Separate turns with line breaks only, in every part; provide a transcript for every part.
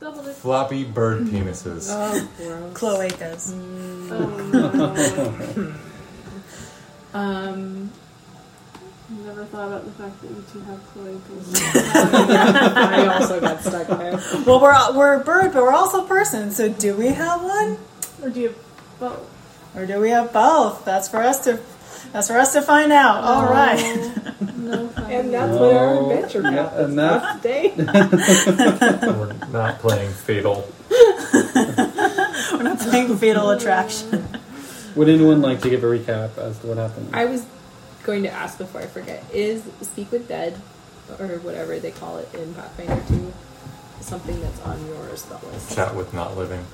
Double this.
Floppy bird
Mm.
penises.
Oh, gross.
Cloacas.
Oh, no. um, never thought about the fact that you two have cloacas.
I also got stuck there.
Well, we're all- we're a bird, but we're also a person. So do we have one,
or do you have both?
or do we have both? That's for us to that's for us to find out. All right.
No, fun.
And that's what our adventure
No,
got us
enough.
last day. Oh.
We're not playing Fatal.
We're not playing Fatal Attraction.
Would anyone like to give a recap as to what happened?
I was going to ask before I forget: Is Speak with Dead, or whatever they call it in Pathfinder Two, something that's on your spell list?
Chat with not living.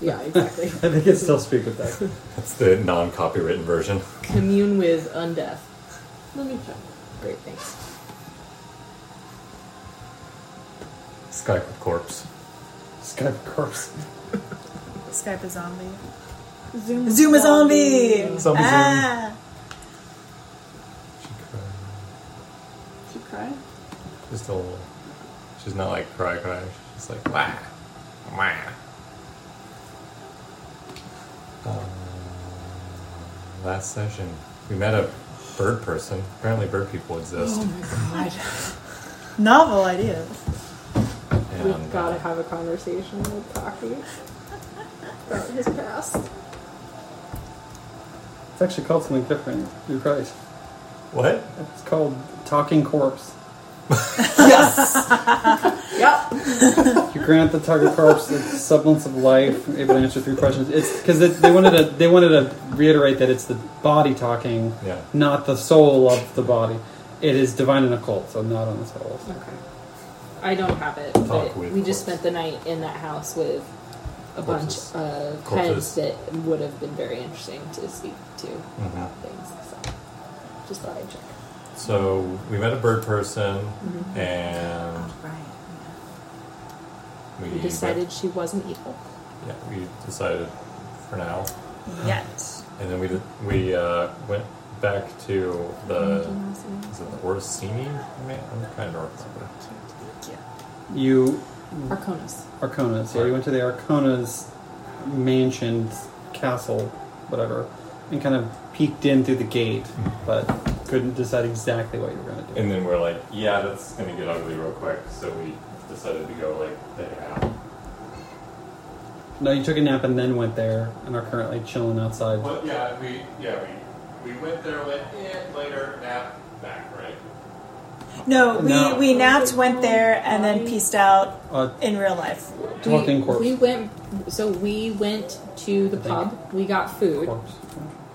Yeah, exactly.
I think it's still speak with that.
That's the non-copywritten version.
Commune with undeath.
Let me check.
Great, thanks.
Skype with corpse.
Skype corpse.
Skype a zombie.
Zoom.
Zoom a zombie.
Zombie
ah.
She cried.
Did you cry?
Just a little. She's not like cry cry. She's just like wah, wah. Um, last session, we met a bird person. Apparently, bird people exist.
Oh my god.
Novel idea.
We've
and,
got to
uh,
have a conversation with Taki about his past.
It's actually called something different. You're right.
what?
It's called Talking Corpse.
Yep.
You grant the target corpse the semblance of life, able to answer three questions. It's because they wanted to they wanted to reiterate that it's the body talking,
Yeah.
not the soul of the body. It is divine and occult, so not on the souls.
Okay. I don't have it,
Talk
but
with
we just
corpse.
spent the night in that house with a
Corpses.
bunch of
Corpses.
heads that would have been very interesting to speak to
Mhm.
about things. So just thought I'd check.
So we met a bird person, and
Right.
we,
We decided she wasn't evil.
Yeah, we decided for now,
Yes.
and then we did, we uh, went back to the
Mm-hmm. Arcana
is it the Orsini? Man, I'm trying to remember.
You
Arconas.
Arconas. Yeah, you went to the Arconas mansion, castle, whatever, and kind of peeked in through the gate, but couldn't decide exactly what you were going to do.
And then we're like, yeah, that's gonna get ugly real quick. So we decided to go like there out.
no, you took a nap and then went there, and are currently chilling outside.
But yeah, we yeah we we went there went eh, later nap back right.
No, we,
No.
we napped, went there, and then pieced out
Uh,
in real life.
talking
we,
corpse.
We went. So we went to the
I think.
pub. We got food,
corpse.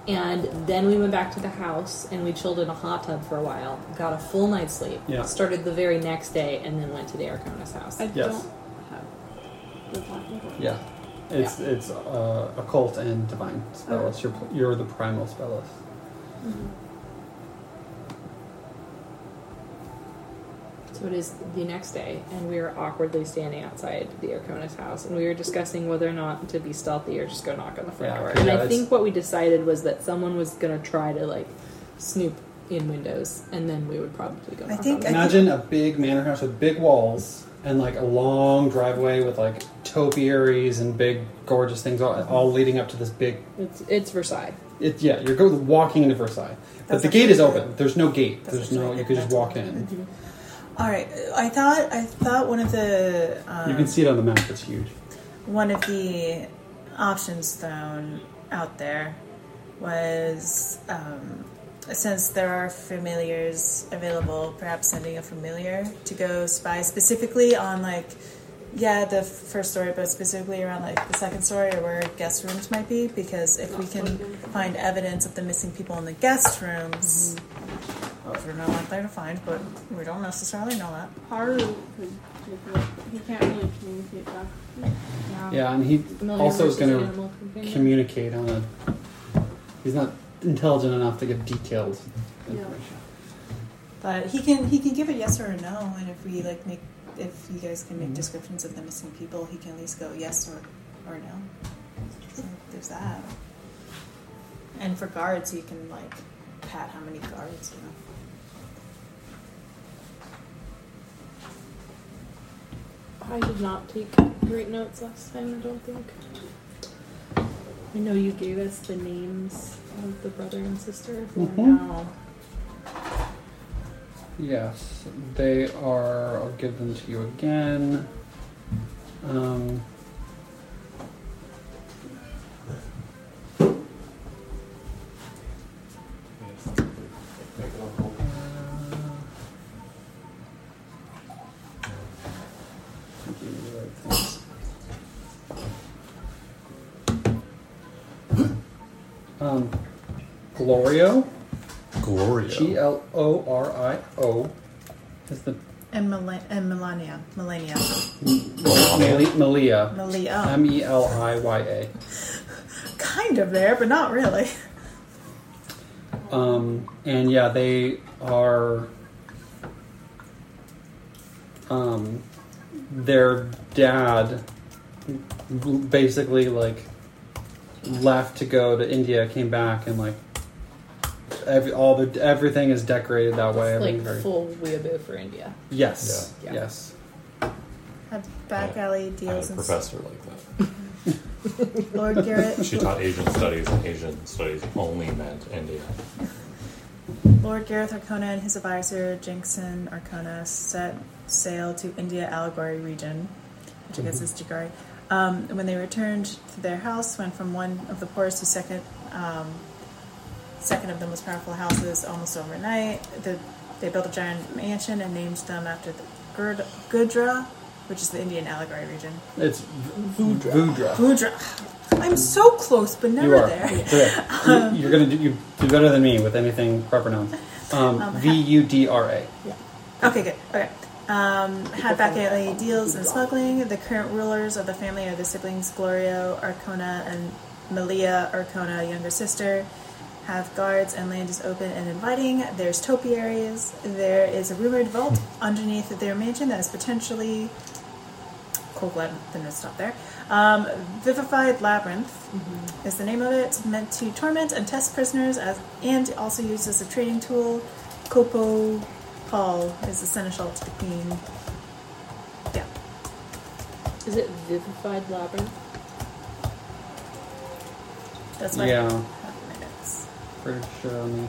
and then we went back to the house and we chilled in a hot tub for a while. Got a full night's sleep.
Yeah.
Started the very next day, and then went to the Arcona's house.
I
Yes.
don't have the talking board.
Yeah. It's it's uh, occult and divine spellist. You're pl- you're the primal spellist.
Mm-hmm.
So it is the next day, and we were awkwardly standing outside the Arcona's house, and we were discussing whether or not to be stealthy or just go knock on the front
Yeah,
door.
okay,
And
yeah,
I
that's-
think what we decided was that someone was going to try to like snoop in windows, and then we would probably go.
I
knock
think
on the
I-
Imagine a big manor house with big walls and like a long driveway with like topiaries and big gorgeous things all, all leading up to this big.
It's it's Versailles.
It, yeah, you're go, walking into Versailles, but
That's
the gate is
actually-
open. There's no gate.
That's
There's no.
actually-
You could just
that's-
walk in.
All right. I thought I thought one of the um,
You can see it on the map. It's huge.
one of the options thrown out there was um, since there are familiars available, perhaps sending a familiar to go spy specifically on like yeah the first story, but specifically around like the second story or where guest rooms might be, because if we can find evidence of the missing people in the guest rooms. Which we're not out there to find, but we don't necessarily know that.
Haru could look it up, but he can't really communicate back.
Um,
Yeah, and he
Familiar
also is
versus
going to
animal companion.
communicate on a. He's not intelligent enough to give detailed information.
But he can he can give a yes or a no, and if we like make if you guys can make descriptions of the missing people, he can at least go yes or or no. So there's that. And for guards, he can like pat how many guards. You know.
I
I did not take great notes last time, I don't think. I know you gave us the names of the brother and sister. who are
Mhm.
now-
Yes, they are. I'll give them to you again. Um,
Make it all cool.
give you the right things. Um, Glorio,
Gloria.
G L O R I O, is the
And, Mil- and Melania. Melania.
Mali- Malia,
Malia.
M E L I Y A.
kind of there, but not really.
Um, and yeah, they are. Um, their dad basically like left to go to India, came back, and like every all the everything is decorated that way. I
It's
mean,
like
very-
full weeaboo for India.
yes,
Yeah. Yeah.
yes.
Had back
I
alley
had
deals
a
and
professor like that.
Lord Garrett.
She taught Asian studies, and Asian studies only meant India.
Lord Gareth Arcona and his advisor Jinxon Arcona set sail to India Allegory region, which I
Mm-hmm.
guess is Jagari. Um, when they returned to their house, went from one of the poorest to second, um, second of the most powerful houses almost overnight. The, they built a giant mansion and named them after the Gurd- Gudra, which is the Indian Allegory region.
It's Vudra.
Gudra. I'm so close, but
You
never
are
there.
correct. you, you're gonna do, you do better than me with anything proper nouns. Um, V U D R A.
Okay, good. Okay. Um, had back alley deals and smuggling. The current rulers of the family are the siblings Glorio Arcona and Malia Arcona, younger sister. Have guards and land is open and inviting. There's topiaries. There is a rumored vault underneath their mansion that is potentially. Cool, glad the notes stop there. Um, Vivified Labyrinth is the name of it. It's meant to torment and test prisoners as, and also used as a training tool. Copo Paul is the seneschal to the queen. Yeah.
Is it Vivified Labyrinth?
That's my
Yeah.
my notes.
Pretty sure. Let me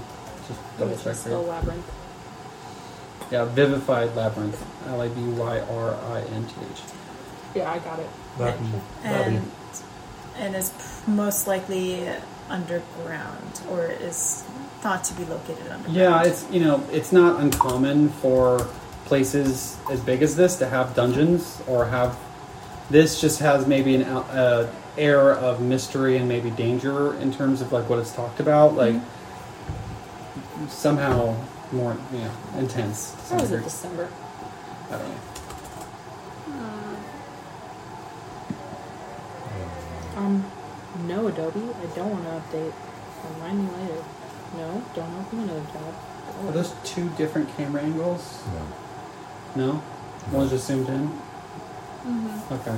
just double check
Oh,
here.
Labyrinth.
Yeah, Vivified Labyrinth. L A B Y R I N T H.
Yeah, I got it.
Latin.
And
Latin.
and is p- most likely underground or is thought to be located underground.
Yeah, it's you know it's not uncommon for places as big as this to have dungeons or have. This just has maybe an out- uh, air of mystery and maybe danger in terms of like what it's talked about, like somehow more you know intense. to some
That was in
degree.
December.
I don't know.
Uh,
Um, no, Adobe. I don't want to update. Remind me later. No, don't open Oh, another tab.
Are those two different camera angles?
No.
No, one's just zoomed in.
mm-hmm.
Okay.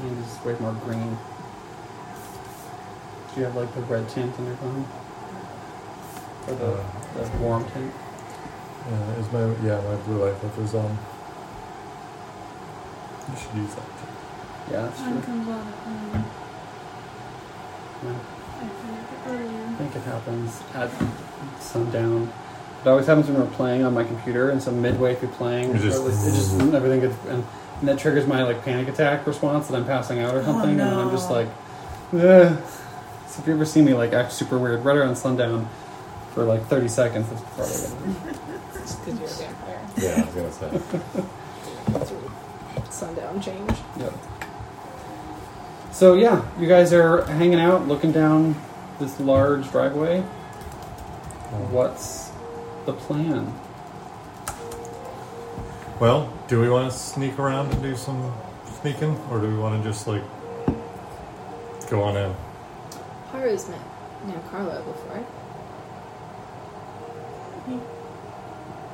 And it's way more green. Do you have like the red tint in your phone? Or the, the warm tint?
Uh, is my yeah my blue light filter's on? You should use that.
Yeah, that's
Mine
true.
comes on. Um,
Yeah.
I forget the
I
earlier.
think it happens at sundown. It always happens when we're playing on my computer, and so midway through playing,
It just- mm.
or like- it just everything gets, and, and that triggers my like panic attack response that I'm passing out or
Oh,
something, and I'm just
no.
like, Ugh. so if you ever see me like act super weird right around sundown for like 30 seconds, that's probably what it is.
Just because you're a vampire.
Yeah, I was gonna say.
That's rude. Sundown change.
Yep. So yeah, you guys are hanging out, looking down this large driveway.
Oh.
What's the plan?
Well, do we want to sneak around and do some sneaking, or do we want to just like go on in?
Haru's met now Carlo before.
He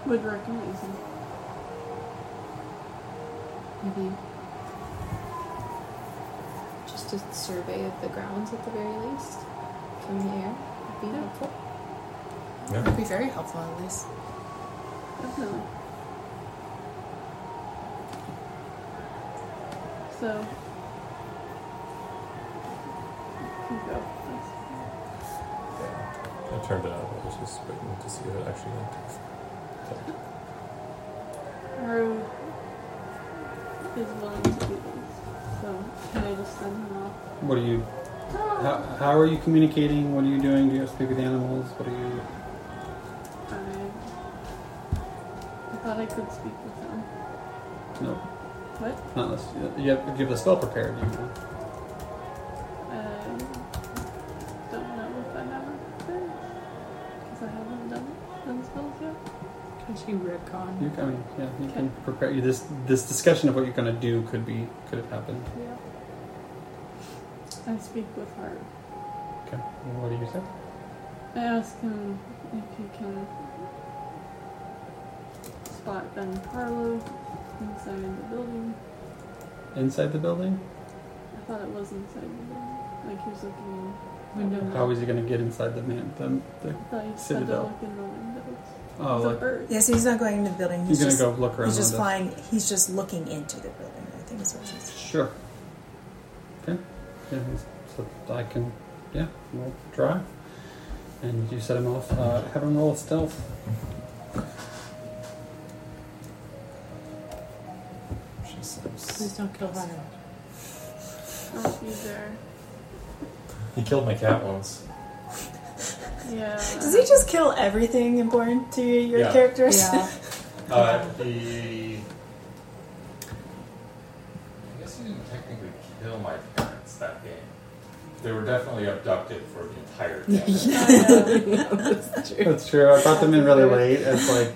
would recognize him.
Maybe just a survey of the grounds at the very least from the air would be helpful.
Yeah.
That'd be very helpful at least.
I No. So. You go.
I turned it out. I was just waiting to see what it actually went to.
Haru is willing to do this. So, can I just send him off?
What are you? How, how are you communicating? What are you doing? Do you have to speak with animals? What are you?
I, I thought I could speak with him.
No,
What?
not unless uh, you have, if you have a spell prepared. You can.
I don't know if I have a thing. Because I haven't done, done spells yet.
Can she retcon?
You, I mean, yeah, you
Okay.
can prepare. You, this this discussion of what you're going to do could be could have happened.
Yeah. I speak with Haru.
Okay. What do you say?
I ask him if he can spot Ben Carlo inside the building.
Inside the building?
I thought it was inside the building. Like he was looking
Window.
How is he going to get inside the man? The, the,
in. I thought he said to
Citadel.
look in the windows.
oh,
the
like,
bird.
Yes, he's not going into the building.
you're
He's
going to
just,
go look around.
he's just
the-
flying. He's just looking into the building. I think is what she said.
Sure. Okay. Yeah, he's- so I can. Yeah, we'll try. And you set him off. Uh, have him roll a stealth.
Jesus.
don't kill Hana.
I'll be there.
He killed my cat once.
Yeah.
Does he just kill everything important to your
Yeah.
characters?
Yeah.
Uh, he. I guess he didn't technically kill my parents that game. They were definitely abducted for the entire game.
I,
That's true.
That's true. I brought them in really late. It's like,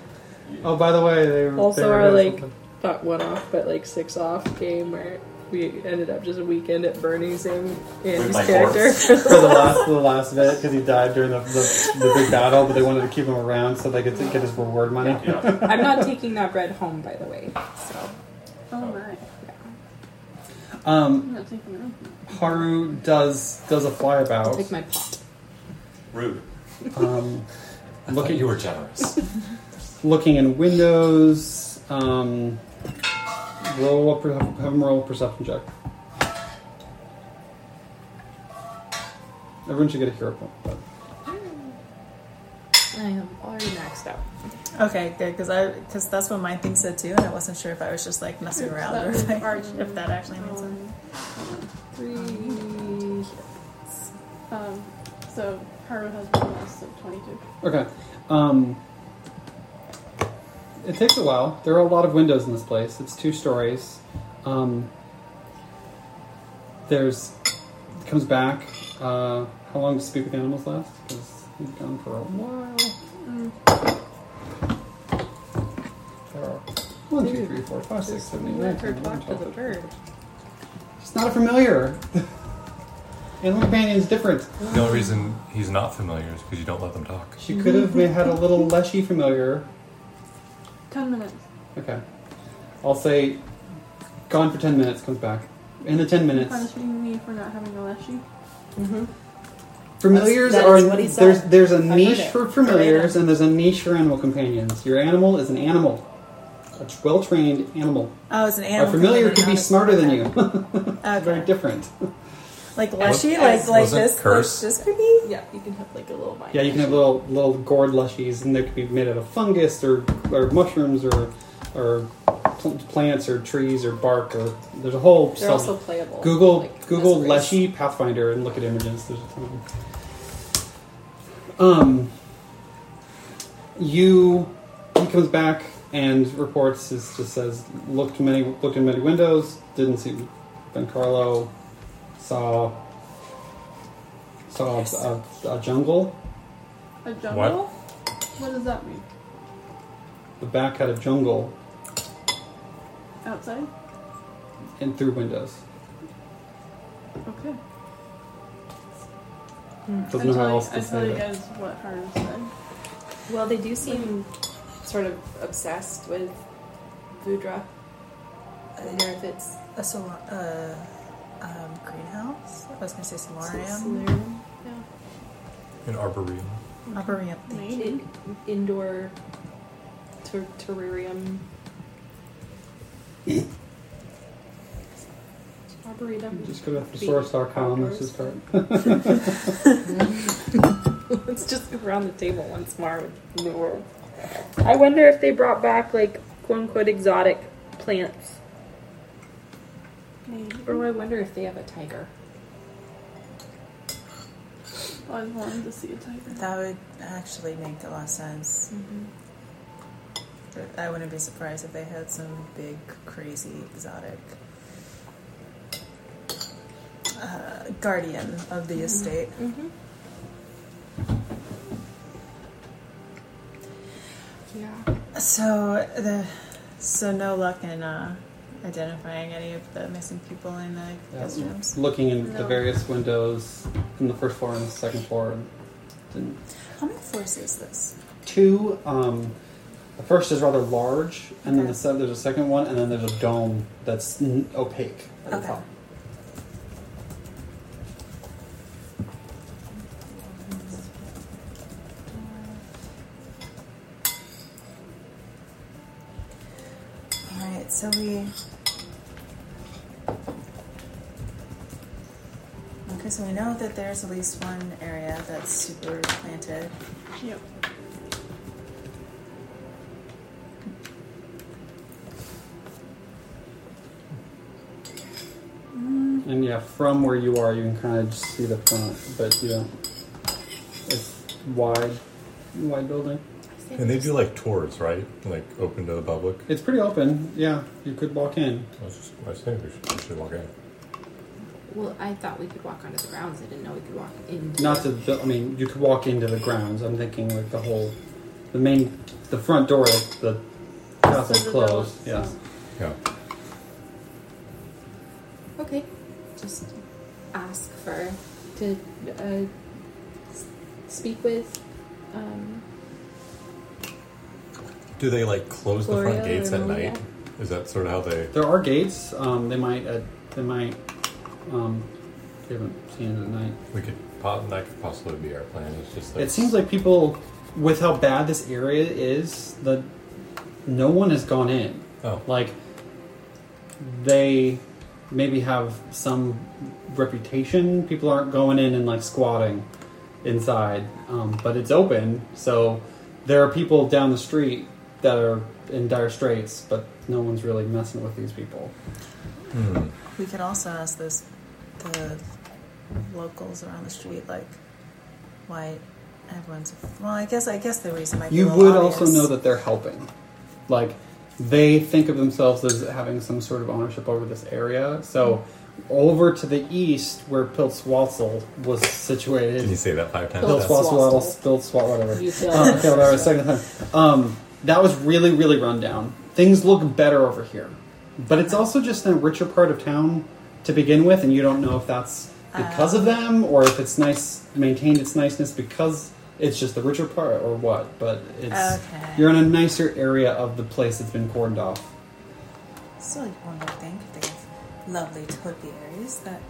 oh, by the way, they were.
Also
they were
are,
doing
like-
something.
Not one off, but like six off game where we ended up just a weekend at Bernie's and Andy's
my
character.
for the last the last bit because he died during the, the, the big battle, but they wanted to keep him around so they could get his reward money.
yeah.
I'm not taking that bread home, by the way. So
oh my.
Um,
I'm not taking it. off.
Haru does does a
I'll take
flyabout.
my pot.
Rude.
Um,
I
Look
thought
at-
you were generous.
looking in windows. Um, roll a per- have him roll a perception check. Everyone should get a hero point. But
I am already maxed out.
Okay, good because I because that's what my thing said too, and I wasn't sure if I was just like messing
Oops,
around
that
or
was
if, I,
hard.
if that actually means something.
Um,
Three.
Um, so Haru has one less, so 22.
okay. Um, it takes a while. There are a lot of windows in this place. It's two stories. Um, there's comes back. Uh, how long does speak with animals last? Because he's gone for a while.
Mm,
There are one, two, three, four, five, six, seven, eight, nine,
Let her
ten, eleven,
talk to the
twelve.
bird.
It's not a familiar. Animal companion is different.
The only reason he's not familiar is because you don't let them talk.
She could have had a little leshy familiar.
10 minutes.
Okay. I'll say gone for 10 minutes, comes back. In the 10 minutes.
Punishing me for not having a leshy.
Mm-hmm. Familiars
That's- that
are
is what he said.
there's there's a
heard
niche
it.
for familiars and there's a niche for animal companions. Your animal is an animal. A well-trained animal.
Oh, it's an
A
animal.
familiar could be
companion,
smarter than you.
honestly. Okay.
Very different.
Like Leshy,
Was-
like like
was it
this,
curse?
like this could be.
Yeah, you can have like a little vine.
Yeah, you can have little little gourd lushies, and they could be made out of fungus or or mushrooms or or pl- plants or trees or bark or there's a whole.
They're
self-
also playable.
Google
like,
Google
raspberries.
Leshy Pathfinder and look at images. There's a ton of them. Um, you he comes back and reports is just says looked many looked in many windows didn't see Ben Carlo saw saw a, a, a jungle
A jungle? What does that mean?
the back had a jungle
Outside?
and through windows
Okay.
doesn't
I
know
tell
how
you-
else
I
to
tell
say
you
that
guys what Haru said.
Well, they do seem sort of obsessed with Vudra. I don't know if it's
A sol- uh, um, greenhouse. I was gonna say solarium.
solarium.
An arboretum.
Arboreum.
Maybe.
In, indoor
ter- terrarium. Arboretum.
Just go to thesaurus.com. Let's just start.
Let's just go around the table once more with New World.
I wonder if they brought back like quote unquote exotic plants.
Or Oh, I wonder if they have a tiger.
I always wanted to see a tiger.
That would actually make a lot of sense.
Mm-hmm.
But I wouldn't be surprised if they had some big, crazy, exotic uh, guardian of the estate.
Mm-hmm. Yeah.
So the so no luck in uh, identifying any of the missing people in the guest
Yeah.
rooms.
Looking in the
No.
various windows in the first floor and the second floor. and didn't
How many floors is this?
two. Um, the first is rather large, and then
Okay.
the se- there's a second one, and then there's a dome that's n- opaque at the
Okay.
top.
All right, so we. Okay, so we know that there's at least one area that's super planted.
Yep.
And yeah, from where you are, you can kind of just see the front, but you don't. It's wide, wide building.
And they do like tours, right? Like open to the public.
It's pretty open. Yeah, you could walk in.
I was just, I was saying we should, we should walk in.
Well, I thought we could walk onto the grounds. I didn't know we could walk into.
Not to. the- I mean, you could walk into the grounds. I'm thinking like the whole, the main, the front door. of The castle's
So the door-
closed. Yeah.
Yeah.
Okay. Just ask for to uh, s- speak with. Um,
Do they like close the
Gloria
front gates
or
at
Maria?
night? Is that sort of how they?
There are gates. Um, they might. Uh, they might. Um, we haven't seen it at night.
We could. po- That could possibly be our plan. It's just. Like,
It seems like people, with how bad this area is, that no one has gone in.
Oh.
Like they maybe have some reputation. People aren't going in and like squatting inside, um, but it's open. So there are people down the street that are in dire straits, but no one's really messing with these people.
Hmm.
We could also ask those the locals around the street, like why everyone's. Well, I guess I guess the reason might be a
You
little
would also
obvious.
know that they're helping. Like, they think of themselves as having some sort of ownership over this area. So, over to the east, where Piltzwalsel was
Did you
situated,
say that five times?
Those
fast?
walls-
Piltzwalsel, Piltzwal, whatever.
you feel
Uh, okay, whatever. Second time. Um, that was really, really run down. Things look better over here, but it's also just in a richer part of town to begin with, and you don't know if that's because of them or if it's nice maintained its niceness because it's just the richer part or what. But it's
Okay.
you're in a nicer area of the place that's been cordoned off.
Still, like one would think if they have lovely topiaries that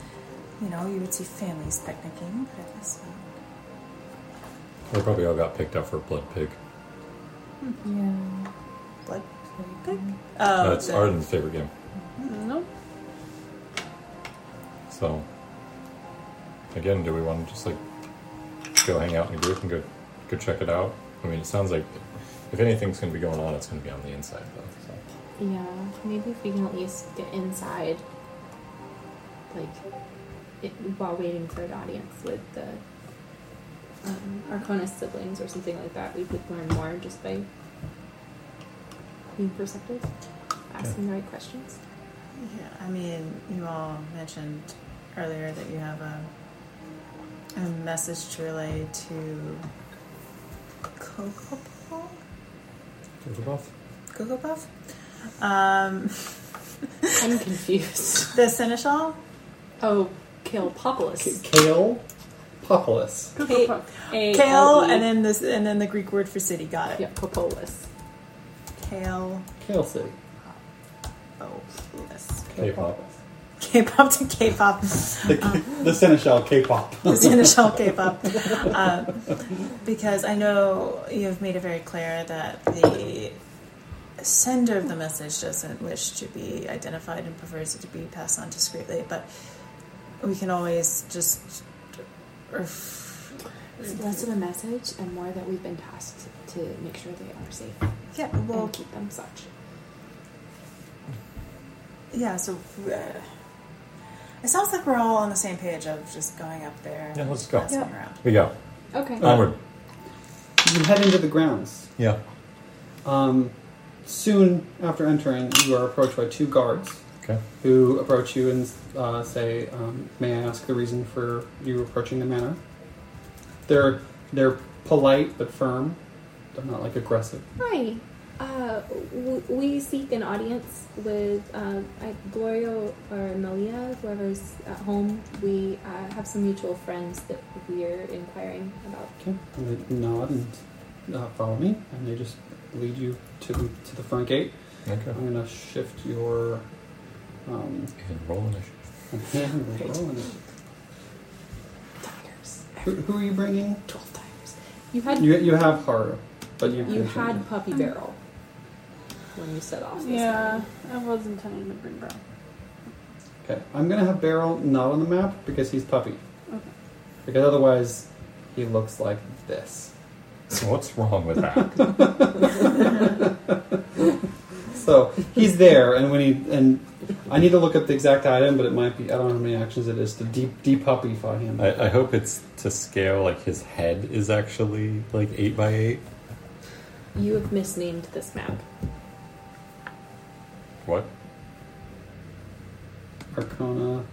you know you would see families picnicking, but I guess not.
They probably all got picked up for blood pig.
Blood pig.
Mm-hmm.
Oh,
That's
the-
Arden's favorite game.
Nope.
So, again, do we want to just like go hang out in a group and go go check it out? I mean, it sounds like if anything's going to be going on, it's going to be on the inside though. So.
Yeah, maybe if we can at least get inside, like, it, while waiting for an audience with the um, Arcona siblings or something like that, we could learn more just by being perceptive, asking the right questions.
Yeah, I mean, you all mentioned earlier that you have a, a message to relay to Coco Puff? Coco Puff? Um,
I'm confused.
the Seneschal?
Oh, kill Populus.
Kale, Populus.
Cuckoo puff.
Kale, E, and then this, and then the Greek word for city. Got it.
E. yeah, Populus.
Kale.
Kale City.
Oh, yes.
K-pop.
K-pop to K-pop.
The, the Seneschal K-pop.
It's in the shell K-pop. Um, because I know you have made it very clear that the sender of the message doesn't wish to be identified and prefers it to be passed on discreetly, but we can always just. Ref-
It's less of a message and more that we've been tasked to make sure they are safe
yeah, well,
and keep them such.
yeah, so. Uh, it sounds like we're all on the same page of just going up there.
Yeah, let's go.
passing
Yeah.
around.
We go.
Okay.
Uh.
Onward.
You head into the grounds.
Yeah.
Um, soon after entering, you are approached by two guards
Okay.
who approach you and uh, say, um, "May I ask the reason for you approaching the manor?" They're they're polite but firm. They're not like aggressive.
Hi. Uh, w- we seek an audience with uh, I- Gloria or Amelia, whoever's at home. We uh, have some mutual friends that we're inquiring about.
Okay, and they nod and uh, follow me, and they just lead you to to the front gate.
Okay.
I'm gonna shift your um,
And roll initiative.
hand roll. and- Who, who are you bringing?
You had you,
You you have Haru, but you
had Puppy Barrel when you set off. this
Yeah,
morning.
I was intending to bring Brown.
Okay, I'm gonna have Barrel not on the map because he's puppy.
Okay.
Because otherwise, he looks like this.
So what's wrong with that?
So he's there, and when he and I need to look up the exact item, but it might be I don't know how many actions it is to deep depuppify him.
I, I hope it's to scale. Like his head is actually like eight by eight.
You have misnamed this map.
What?
Arcana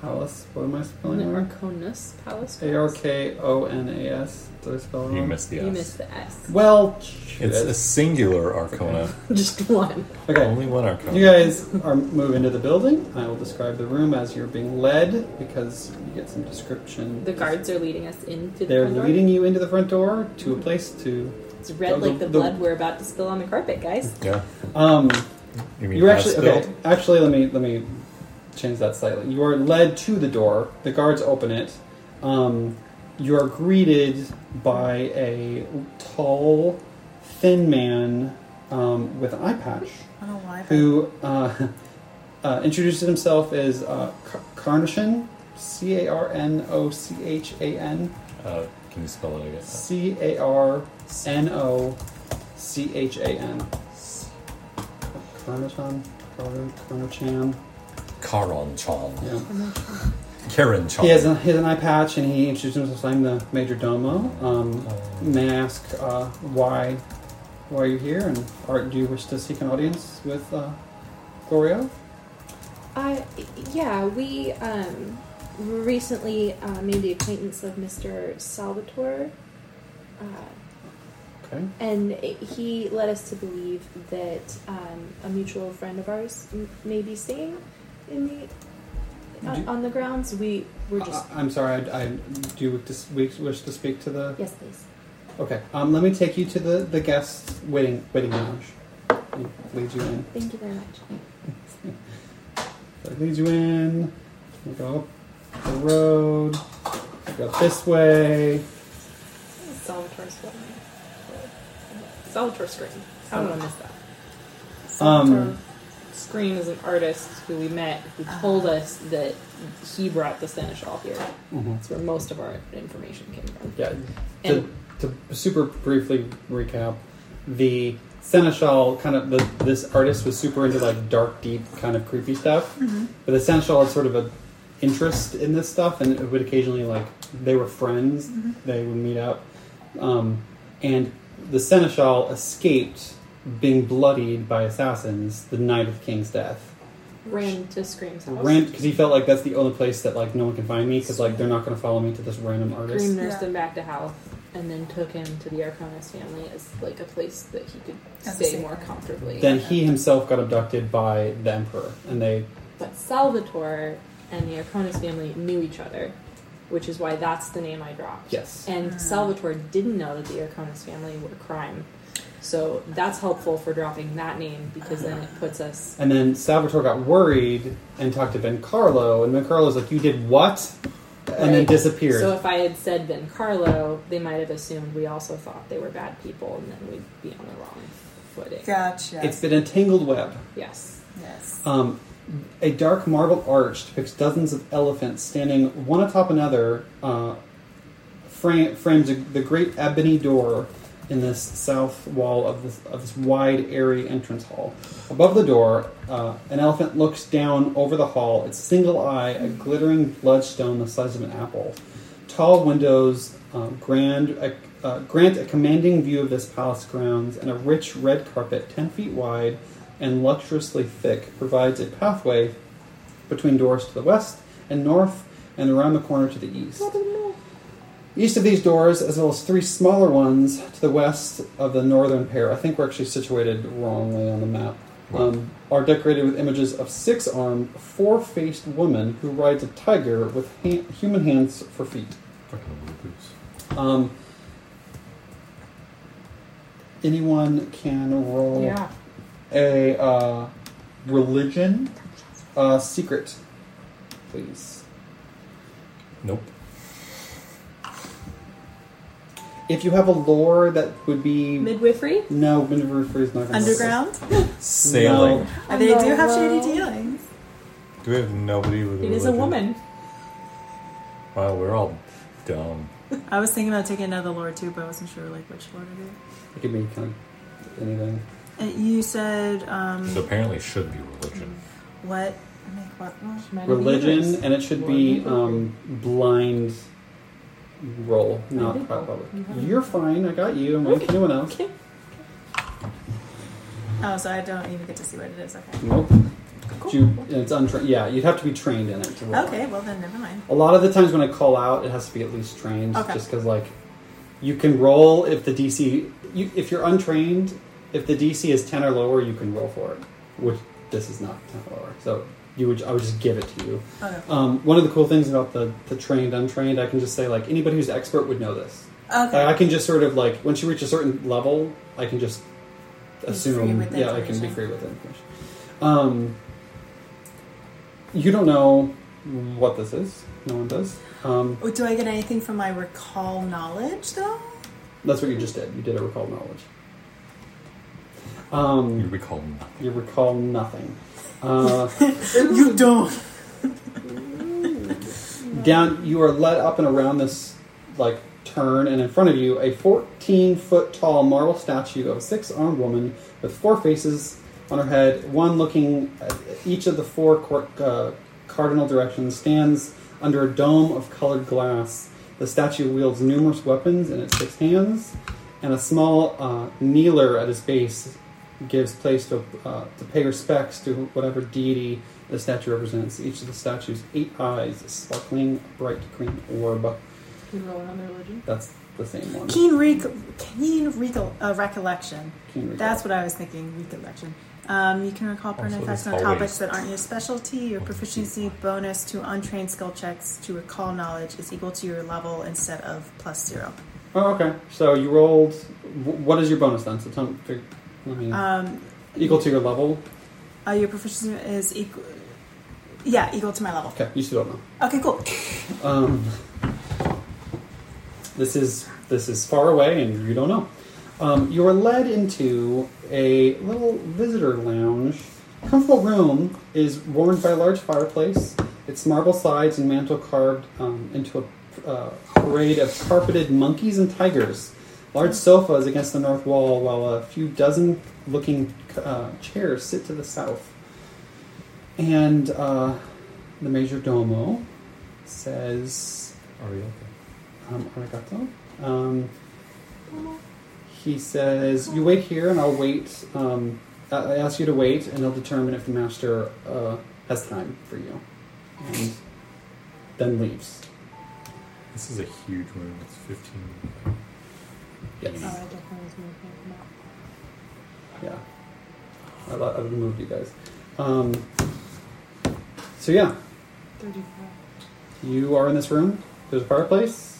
Palace. What am I spelling?
The
wrong?
Arconus Palace.
A R K O N A S. Did I spell it
You
wrong?
missed the S.
You missed the S.
Well,
It's a
shit.
singular arcana.
Just one.
okay.
Only one arcana.
You guys are move into the building. I will describe the room as you're being led because you get some description.
The guards are leading us into
They're
the front door.
leading you into the front door to a place to.
It's
Oh,
red
the-
like the,
the-
blood we're about to spill on the carpet, guys.
Yeah.
Um,
You mean
you're actually
Asbill?
okay. Actually, let me let me change that slightly. You are led to the door. The guards open it. Um, you are greeted by a tall, thin man um, with an eye patch.
I don't know why. but-
who uh, uh, introduces himself as uh, Car- Carnation, C A R N O C H A N,
Uh, can you spell it again?
C A R N O C H A N. Carnation, Carnation.
Karon Chon.
Yeah.
Karen Chon.
He has, a, he has an eye patch, and he introduces himself. I'm the major domo. Um,
Um,
may I ask uh, why why you're here, and are, do you wish to seek an audience with uh, Gloria?
Uh, yeah, we um, recently uh, made the acquaintance of Mr. Salvatore, uh,
Okay.
and he led us to believe that um, a mutual friend of ours m- may be staying in the
Do-
on on the grounds. We were just
I, am Uh, sorry. I, I do you dis- wish wish to speak to the.
yes, please.
Okay. Um, let me take you to the the guest waiting waiting lounge. He leads you in.
Thank you very much.
So he leads you in. We go up the road. We go this way.
Salvatore's what? Salvatore Screen.
How did I miss that?
Um,
Screen is an artist who we met who told
Ah.
us that he brought the Seneschal here.
Mm-hmm.
That's where most of our information came from.
Yeah. To,
And-
to super briefly recap, the seneschal kind of the, this artist was super into like dark, deep, kind of creepy stuff. But the seneschal had sort of a interest in this stuff, and it would occasionally like they were friends. They would meet up, um, and the seneschal escaped being bloodied by assassins the night of the king's death.
Ran to Scream's house.
Ran because he felt like that's the only place that like no one can find me because like they're not going to follow me to this random artist.
Green nursed
Yeah.
him back to health and then took him to the Arconis family as like a place that he could
As a
stay
safe
more
haven.
comfortably.
Then he himself got abducted by the emperor, and they
But Salvatore and the Arconis family knew each other, which is why that's the name I dropped.
yes,
Ah.
And Salvatore didn't know that the Arconis family were a crime. So that's helpful for dropping that name because then it puts us
and then Salvatore got worried and talked to Ben Carlo, and Ben Carlo's like, "You did what?" and then
Right.
disappeared.
So if I had said Ben Carlo, they might have assumed we also thought they were bad people, and then we'd be on the wrong footing.
Gotcha.
It's been a tangled web.
Yes.
yes.
Um, a dark marble arch depicts dozens of elephants standing one atop another, uh, frame, frames a, the great ebony door in this south wall of this, of this wide, airy entrance hall. Above the door, uh, an elephant looks down over the hall, its single eye a glittering bloodstone the size of an apple. Tall windows uh, grand, a, uh, grant a commanding view of this palace grounds, and a rich red carpet 10 feet wide and luxuriously thick provides a pathway between doors to the west and north and around the corner to the east. East of these doors, as well as three smaller ones to the west of the northern pair, I think we're actually situated wrongly on the map, um, are decorated with images of six armed, four faced woman who rides a tiger with ha- human hands for feet.
Fucking blue boots.
Um, anyone can roll
Yeah.
a uh, religion uh, secret, please.
Nope.
If you have a lore that would be
Midwifery?
no, Midwifery is not gonna
Underground?
Sailing.
No.
Uh, They do have shady dealings.
Do we have nobody with a
It is a
religion?
woman.
Wow, we're all dumb.
I was thinking about taking another lore too, but I wasn't sure like which lore to
It could be kind of anything.
do. Uh, You said um,
It apparently should be religion.
what? I mean, what lore?
Religion, and it should be um, blind roll, not by public. You're fine. I got you. I'm with anyone else.
Oh, so I don't even get to see what it is. Okay.
Nope. You, and it's untrained. Yeah, you'd have to be trained in it. To roll.
Okay. Well, then never mind.
A lot of the times when I call out, it has to be at least trained,
Okay.
just because like you can roll if the DC, you, if you're untrained, if the DC is ten or lower, you can roll for it, which this is not ten or lower. So you would, I would just give it to you.
Okay.
Um, one of the cool things about the the trained untrained, I can just say like anybody who's expert would know this.
Okay.
Uh, I can just sort of like once you reach a certain level, I can just
Be free
assume
with the
yeah, I can be
information.
free with that information. Um, you don't know what this is. No one does. Um,
Oh, Do I get anything from my recall knowledge though?
that's what you just did. You did a recall knowledge.
You
Um,
recall nothing.
you recall nothing. Uh,
you don't.
down you are led up and around this like turn and in front of you a 14 foot tall marble statue of a six armed woman with four faces on her head one looking at each of the four cor- uh, cardinal directions stands under a dome of colored glass the statue wields numerous weapons in its six hands and a small uh, kneeler at its base gives place to, uh, to pay respects to whatever deity the statue represents. Each of the statue's eight eyes, a sparkling bright green orb.
You rolling on their religion?
That's the same one.
Keen, rec- keen recol- uh, recollection.
Keen recall.
That's what I was thinking, recollection. Um, you can recall
so
permanent
there's
facts on topics
always-
that aren't your specialty. Your proficiency bonus to untrained skill checks to recall knowledge is equal to your level instead of plus zero.
Oh, okay. So you rolled. wh- What is your bonus then? So tell me. fig- Let
Mm.
me
Um,
equal to your level.
uh, your proficiency is equal. Yeah, equal to my level.
Okay, you still don't know.
Okay, cool.
Um, this is this is far away, and you don't know. Um, you are led into a little visitor lounge. Comfortable room is warmed by a large fireplace. Its marble sides and mantel carved um, into a uh, parade of carpeted monkeys and tigers. Large sofas against the north wall, while a few dozen looking uh, chairs sit to the south. And uh, the major domo says um, arigato. Um, he says, "You wait here, and I'll wait. Um, I I ask you to wait, and I'll determine if the master uh, has time for you." And then leaves.
This is a huge room. It's 15.
Oh, I
Yes.
definitely was moving.
Yeah. I, lo- I removed you guys. Um, so yeah,
34.
you are in this room. There's a fireplace.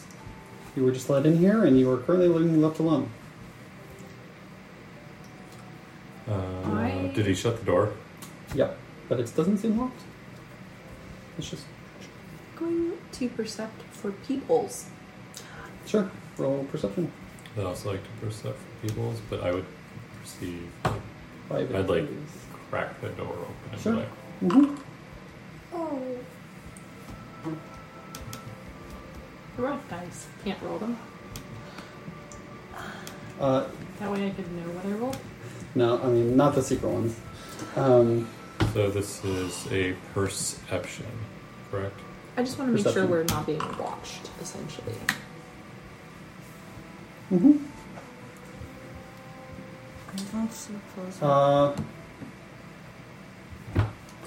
You were just let in here, and you are currently living left alone.
Uh,
I-
Did he shut the door?
Yep. But it doesn't seem locked. It's just
Going to percept for peepholes.
sure. Roll perception.
I'd also like to percept for people's, but I would perceive.
Private.
I'd like crack the door open and
Sure.
be like,
Mm-hmm.
Roll dice.
Can't roll them.
Uh,
That way I can know what I rolled.
no, I mean not the secret ones. Um,
so this is a perception, correct?
I just want to make sure
Perception.
we're not being watched, essentially.
mm-hmm.
I don't suppose
uh,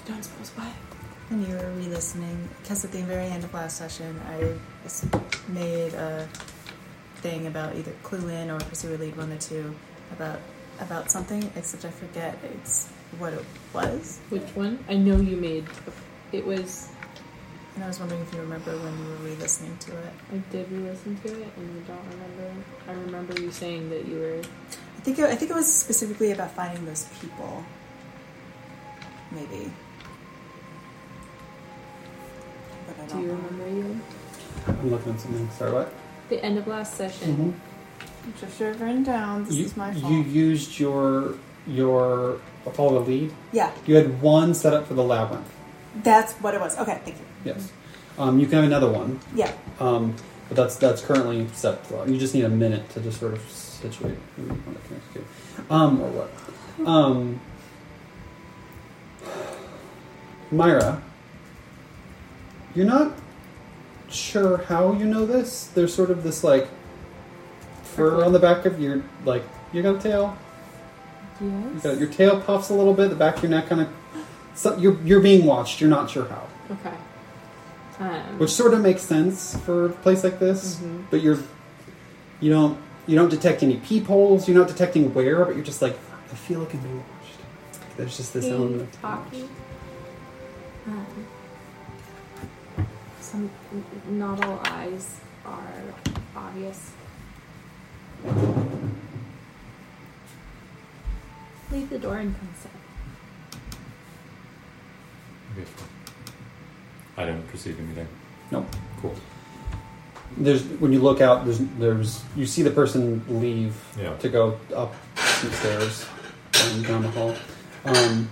Don't suppose why.
when you were re-listening, because at the very end of last session, I s- made a thing about either clue in or pursue a lead one or two about about something, except I forget it's what it was,
Which one? I know you made. It was.
and I was wondering if you remember when you were re-listening to it.
I did re-listen to it, and I don't remember. I remember you saying that you were.
I think it, I think it was specifically about finding those people, maybe. But I
Do
don't
you
know.
remember you?
I'm looking at something. Sorry, what?
The end of last session.
Mhm.
Just sure I've written down. This
you,
is my
you
fault.
used your your follow the lead.
Yeah,
You had one set up for the labyrinth.
that's what it was. Okay, thank you.
Yes. Um, you can have another one,
Yeah,
um, but that's that's currently set. for- You just need a minute to just sort of situate who you want to connect to, um, or what. Um, Myra, you're not sure how you know this. There's sort of this like fur on the back of your like you got a tail. You
Yes.
got, your tail puffs a little bit. The back of your neck kind of. So you're you're being watched. You're not sure how.
Okay. Um,
which sort of makes sense for a place like this.
Mm-hmm.
But you're you don't you don't detect any peepholes. You're not detecting where, but you're just like I feel like I'm being watched. There's just this element.
Hey,
of-
talkie. Um, some n- not all eyes are obvious. Leave the door and come sit.
Okay, sure. I didn't perceive anything.
No,
Cool.
there's when you look out. There's there's you see the person leave
Yeah.
to go up some stairs and down the hall. Um,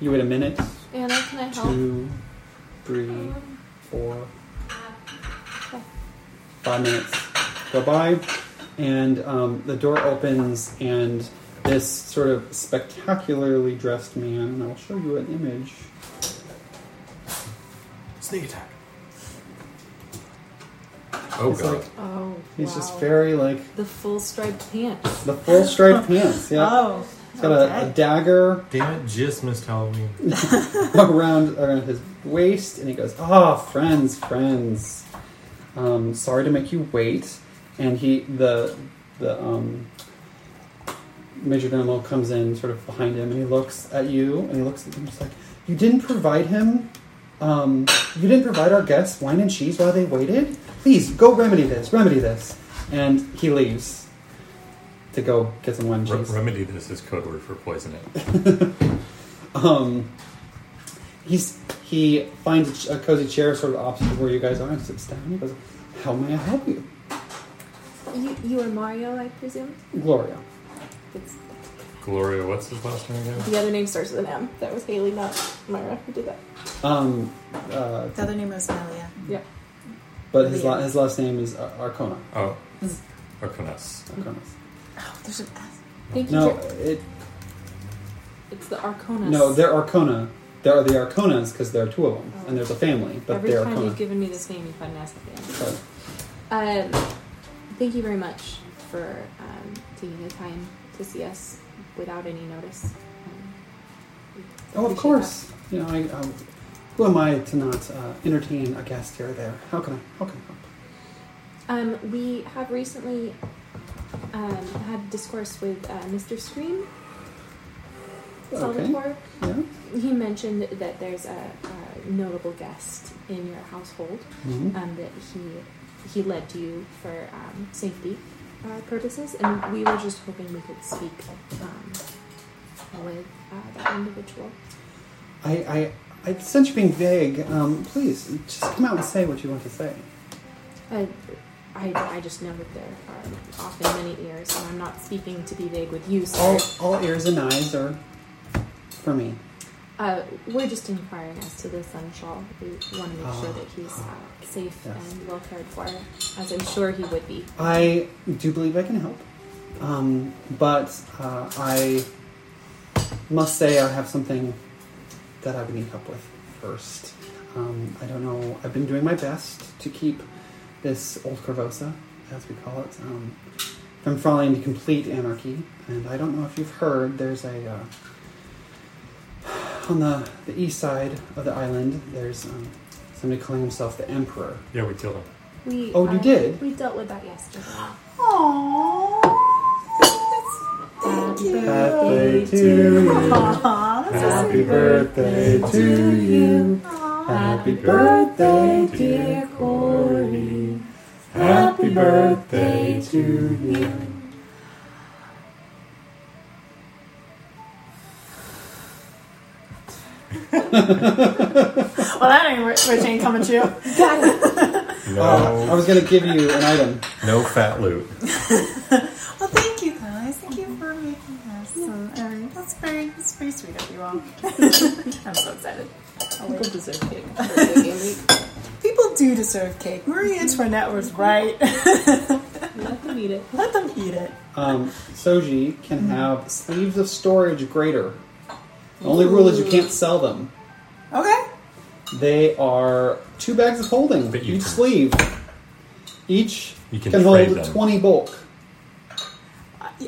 you wait a minute.
Anna, can I help?
Two, three,
Um,
four, five minutes go by, and um, the door opens, and this sort of spectacularly dressed man, and I'll show you an image.
Sneak attack. Oh
It's
god.
like-
oh,
He's
wow.
just very like
the full striped pants.
the full striped pants. Yeah,
Oh,
he's got a, a dagger
Damn it, just missed Halloween.
around around his waist, and he goes, "Ah, friends, friends, um, sorry to make you wait." And he the the um, Major Domo comes in sort of behind him, and he looks at you, and he looks at him just like, "You didn't provide him. Um, you didn't provide our guests wine and cheese while they waited. Please go remedy this. Remedy this." And he leaves to go get some wine and
Re-
cheese.
remedy this is code word for poison it.
Um, he's he finds a cozy chair sort of opposite where you guys are and sits down. He goes, "How may I help you,
You, you are Mario, I presume.
Gloria?"
It's,
Gloria, what's his last name again?
the other name starts with an M. That was Haley, not Myra, who did that.
Um, uh,
The other name was Melia.
Yeah.
but his, la- his last name is Ar- Arcona.
Oh, Arconas.
Arconas.
Oh, there's an S.
Thank you.
No,
Jer-
it,
it's the Arconas.
no, they're Arcona. There are the Arconas because there are two of them, and there's a family, but
Every
they're
time you've
Arcona.
given me this name, you've had an S at the end.
So,
Um, thank you very much for um, taking the time to see us without any notice. Um, we
oh,
appreciate
of course. You know, I, um, who am I to not uh, entertain a guest here or there? How can I? How can I help?
that. Um, we have recently um, had discourse with uh, Mr. Scream
Okay.
Salvatore.
Yeah.
He mentioned that there's a, a notable guest in your household
Mhm.
um, that he he led to you for um, safety uh, purposes, and we were just hoping we could speak um, with uh, that individual.
I, I, I since you're being vague, um, please just come out and say what you want to say.
Uh, I I, I just know that there are often many ears, and I'm not speaking to be vague with you, sir.
All, all ears and eyes are for me.
Uh, we're just inquiring as to the seneschal. We want to make sure that he's uh, safe
Ah. Yes.
and well cared for, as I'm sure he would be.
I do believe I can help, um, but uh, I must say I have something that I would need help with first. Um, I don't know. I've been doing my best to keep this old Corvosa, as we call it, um, from falling to complete anarchy. And I don't know if you've heard. There's a uh, on the, the east side of the island. There's um, somebody calling himself the Emperor.
Yeah, we killed him.
We
Oh, you
uh,
did?
We dealt with that yesterday.
Happy to you. Happy birthday to you. Happy birthday, dear Corey. Happy birthday to you.
Well, that ain't ri- rich ain't coming to you.
Uh, I
No,
was gonna give you an item.
no fat loot.
Well, thank you guys. Thank you for making us. And, um, that's very, that's very sweet of you all. I'm so excited.
People deserve cake. for a big game week.
People do deserve cake. Marie Antoinette was right.
Let them eat it.
Let them eat it.
Um, Soji can have sleeves of storage greater. The only rule is you can't sell them.
Okay.
They are two bags of holding
But you
each
can-
sleeve. Each
You
can,
can
hold
trade them.
twenty bulk.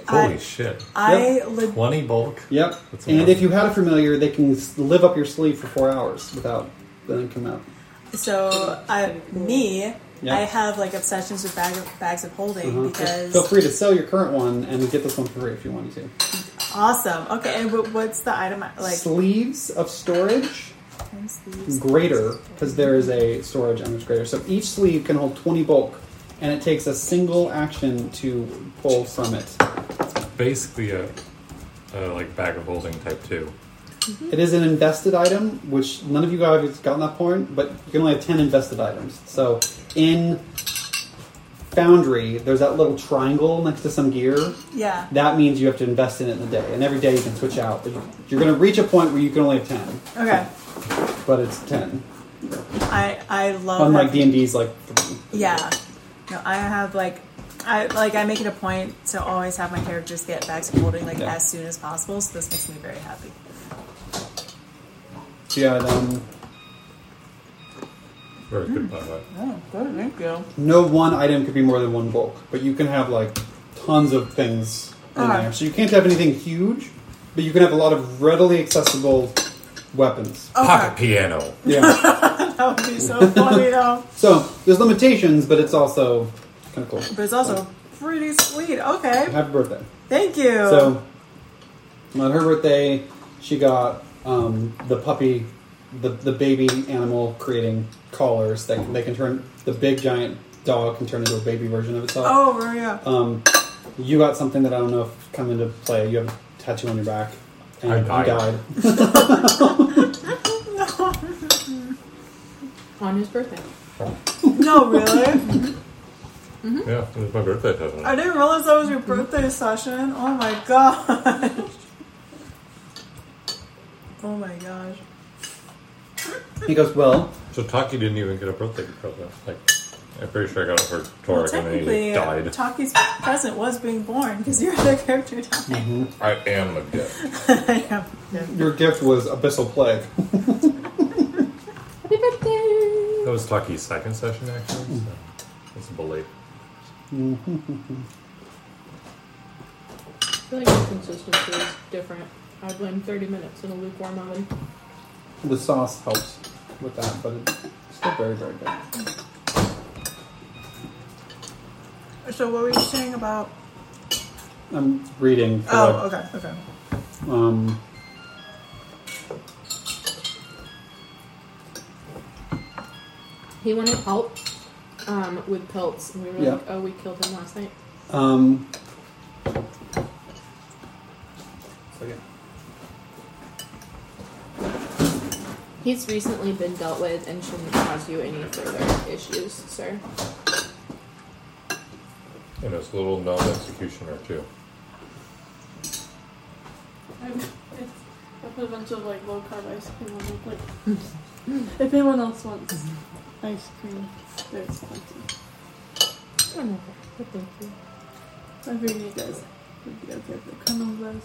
I,
Holy shit.
I le-
Twenty bulk.
Yep.
That's
and
enough.
if you had a familiar, they can s- live up your sleeve for four hours without letting it come out.
so I me
Yeah.
I have like obsessions with bag of, bags of holding
Uh-huh.
because
Feel free to sell your current one and get this one for free if you wanted to.
awesome. Okay, and what, what's the item I- like?
Sleeves of storage
Times these-
greater because there is a storage on this greater. So each sleeve can hold 20 bulk, and it takes a single action to pull from it.
Basically a, a like bag of holding type two.
It is an invested item, which none of you guys have gotten that point, but you can only have 10 invested items. So in Foundry, there's that little triangle next to some gear.
Yeah.
That means you have to invest in it in a day, and every day you can switch out. But you're going to reach a point where you can only have 10,
Okay.
but it's 10.
I I love
Unlike
having-
D and D's, like three.
Yeah. No, I have like I like I make it a point to always have my characters get bags of holding like
Yeah.
as soon as possible, so this makes me very happy.
So yeah, um,
Very good
Hmm.
uh, by the way.
Oh, good, thank you.
no one item could be more than one bulk, but you can have like tons of things in
Alright.
there. So you can't have anything huge, but you can have a lot of readily accessible weapons.
Pocket piano.
Yeah.
That would be so funny though.
so there's limitations, but it's also kind of cool.
But it's also pretty sweet. Okay.
Happy birthday!
Thank you.
So on her birthday, she got um, the puppy, the the baby animal creating collars that can, they can turn. The big giant dog can turn into a baby version of itself.
Oh Maria.
Um,
Oh.
you got something that I don't know if come into play. You have a tattoo on your back. And
I
You
died.
died.
On his birthday.
No, really?
Yeah, it was my birthday doesn't
I
it?
didn't realize that was your birthday session. Oh my gosh. Oh my gosh.
He goes, well,
So Taki didn't even get a birthday present. Like I'm pretty sure I got it for Torek and then
Technically, uh,
he
uh,
died.
Taki's present was being born because you're the character who died.
I am a dead.
Yeah.
your gift was Abyssal Plague.
Happy birthday!
That was Taki's second session actually, so it's a belated.
I feel like the consistency is different. I'd win 30 minutes in a lukewarm oven.
the sauce helps with that, but it's still very, very good.
So what were you saying about?
I'm reading. For
Oh, okay, okay.
Um,
He wanted help um, with pelts, and we were
Yeah.
like, oh, we killed him last night.
um, second.
He's recently been dealt with and shouldn't cause you any further issues, sir.
And it's a little known executioner too.
I'm, it's, I put a bunch of like low carb ice cream on it. Like, if anyone else wants ice cream, there's plenty.
don't know. But thank you.
I figured you guys would be okay if they come over.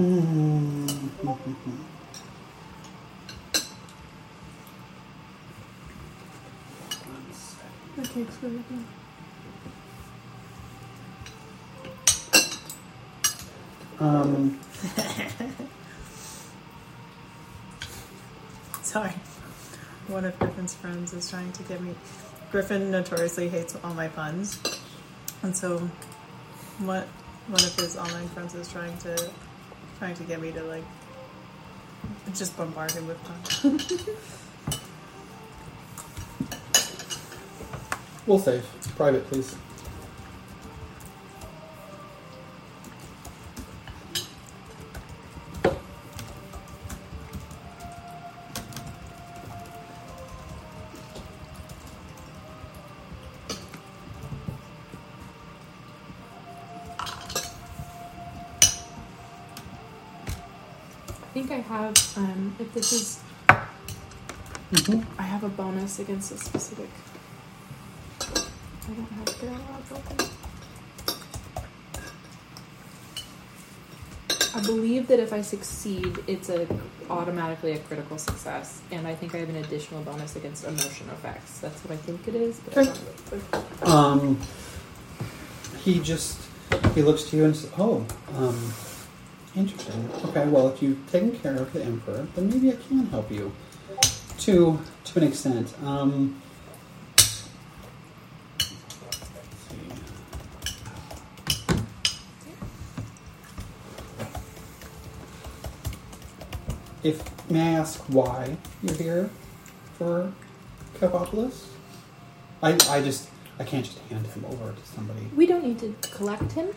Mm-hmm.
The cake's really good.
Um,
Sorry. One of Griffin's friends is trying to get me. Griffin notoriously hates all my puns. And so what one of his online friends is trying to trying to get me to like just bombard him with puns.
we'll save. Private, please.
I think I have. Um, if this is,
Mm-hmm.
I have a bonus against a specific. I don't have to get open. I believe that if I succeed, it's a automatically a critical success, and I think I have an additional bonus against emotion effects. That's what I think it is. But I
Okay.
don't know.
Um, he just he looks to you and says, "Oh, um, interesting. Okay, well, if you've taken care of the emperor, then maybe I can help you to to an extent." Um, let's see. if may I ask why you're here for Copopolis? I, I just I can't just hand him over to somebody.
We don't need to collect him.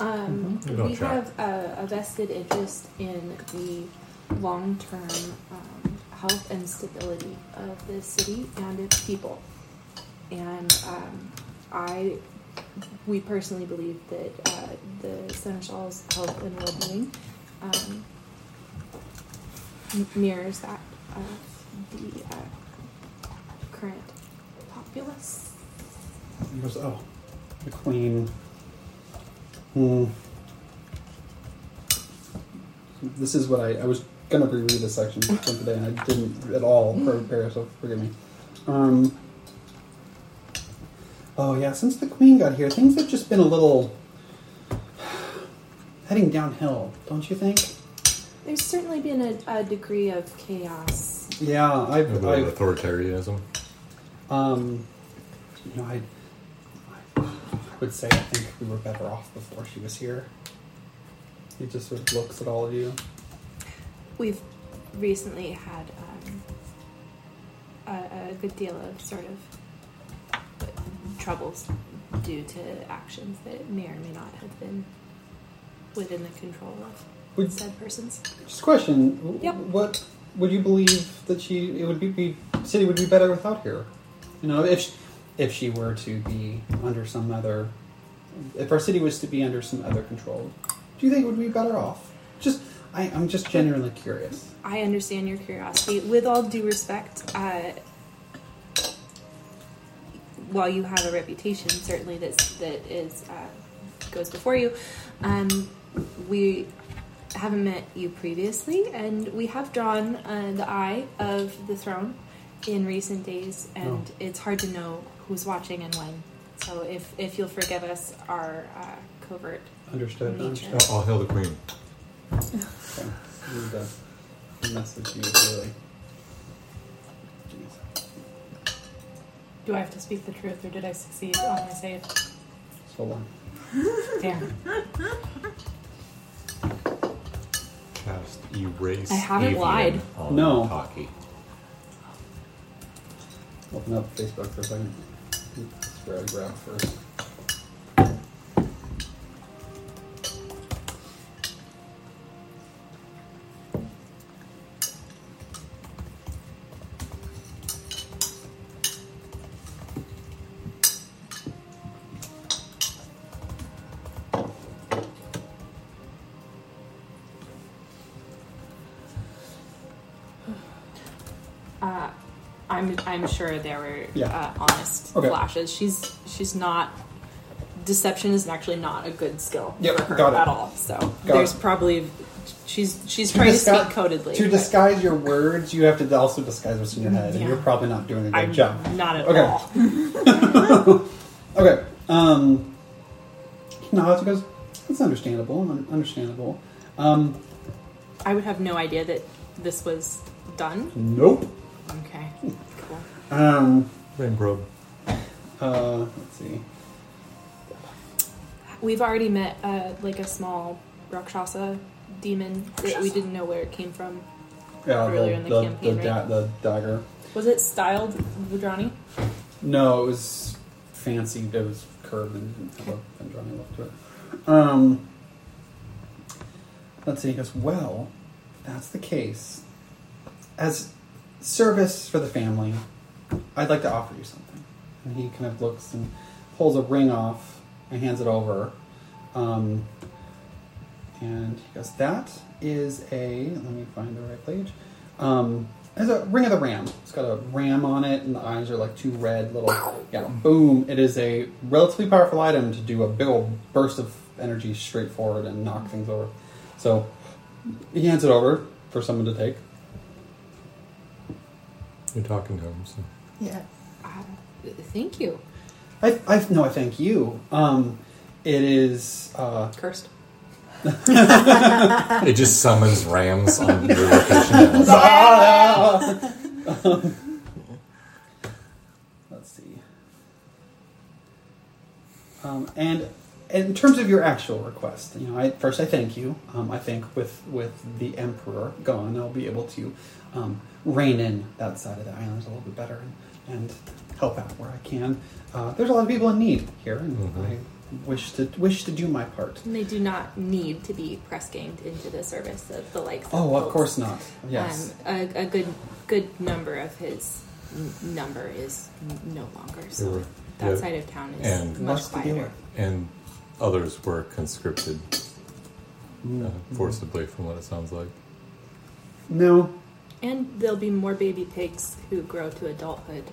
Um,
Mhm. No
We
check.
have a, a vested interest in the long term um, health and stability of the city and its people. And um, I, we personally believe that uh, the Seneschal's health and well being um, m- mirrors that of the uh, current populace.
He goes, oh, the queen. Hmm. This is what I, I was gonna reread this section from today, and I didn't at all prepare, so forgive me. Um. Oh yeah, since the queen got here, things have just been a little heading downhill, don't you think?
There's certainly been a, a degree of chaos.
Yeah,
A
I've,
little
I've
authoritarianism.
Um, you know, I, I would say I think we were better off before she was here. He just sort of looks at all of you.
We've recently had um, a, a good deal of sort of troubles due to actions that may or may not have been within the control
Would
of said persons.
just a question? w-
Yep.
What would you believe that she? It would be, be city would be better without her. You know, if she, if she were to be under some other, if our city was to be under some other control, do you think it would be better off? Just I, I'm just genuinely curious.
I understand your curiosity. With all due respect, uh, while you have a reputation, certainly that that is uh, goes before you, um, we haven't met you previously, and we have drawn uh, the eye of the throne in recent days, and it's hard to know who's watching and when. So, if if you'll forgive us our uh, covert
Understood.
nature.
Oh, All hail the queen.
Okay. Read the message you really.
Do I have to speak the truth, or did I succeed on my save?
Hold on.
Damn.
Cast erase.
I haven't
avian
lied.
On
No.
Taki.
Open up Facebook for a second. That's where I grab first.
Uh, I'm I'm sure there were
Yeah.
uh, honest
Okay.
flashes. She's she's not. Deception is actually not a good skill
Yep,
for her
got it.
at all. So
Got
there's
it.
probably she's she's trying to,
disgu-
speak codedly.
To
but
disguise your words, you have to also disguise what's in your head, and
Yeah.
you're probably not doing a good
I'm
job.
not at
Okay.
all.
Okay. Um, Nahatsu goes, that's understandable. un- Understandable. Um,
I would have no idea that this was done.
nope.
Okay, cool.
Um,
Rain probe.
uh, let's see.
We've already met uh, like a small rakshasa demon that we didn't know where it came from.
Yeah,
Earlier in the campaign,
da-
right?
the dagger.
Was it styled Vidrani?
No, it was fancy. It was curved and and drawing up to it. Um, let's see. He goes, well, if that's the case. As service for the family, I'd like to offer you something. And he kind of looks and pulls a ring off and hands it over. Um, and he goes, that is a. Let me find the right page. Um, it's a ring of the ram. It's got a ram on it, and the eyes are like two red little. Yeah, boom! It is a relatively powerful item to do a big old burst of energy straight forward and knock things over. So he hands it over for someone to take.
You're talking to him, so.
Yeah.
Uh, thank you.
I, I no, I thank you. Um, it is uh,
Cursed. Ah.
It just summons rams on your location.
Let's see. Um, and in terms of your actual request, you know, I, first I thank you. Um, I think with with the emperor gone, I'll be able to um, rein in that side of the island a little bit better and, and help out where I can. Uh, there's a lot of people in need here, and
Mhm.
I wish to wish to do my part.
And they do not need to be press ganged into the service of the likes.
Oh, of
Pope.
course not. Yes.
Um, a, a good good number of his n- number is n- no longer. So
Sure.
that
Yeah.
side of town is
And-
much
What's the deal?
quieter.
and others were conscripted uh, forcibly, from what it sounds like.
No.
And there'll be more baby pigs who grow to adulthood.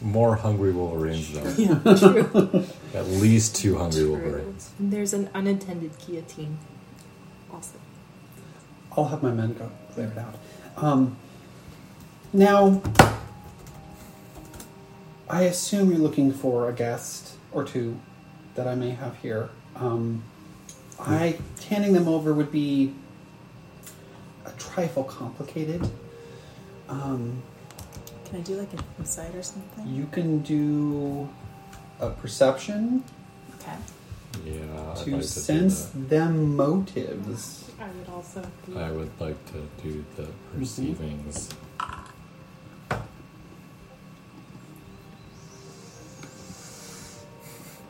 More hungry wolverines, though.
True.
At least two hungry
True.
wolverines.
And there's an unintended guillotine. Also,
I'll have my men go clear it out. Um, now, I assume you're looking for a guest or two that I may have here. Um, I handing them over would be a trifle complicated. Um,
Can I do like an insight or something?
you can do a perception
Okay.
Yeah. I'd
to
like do
sense
that.
them motives.
I would also. Be,
I would like to do the perceivings.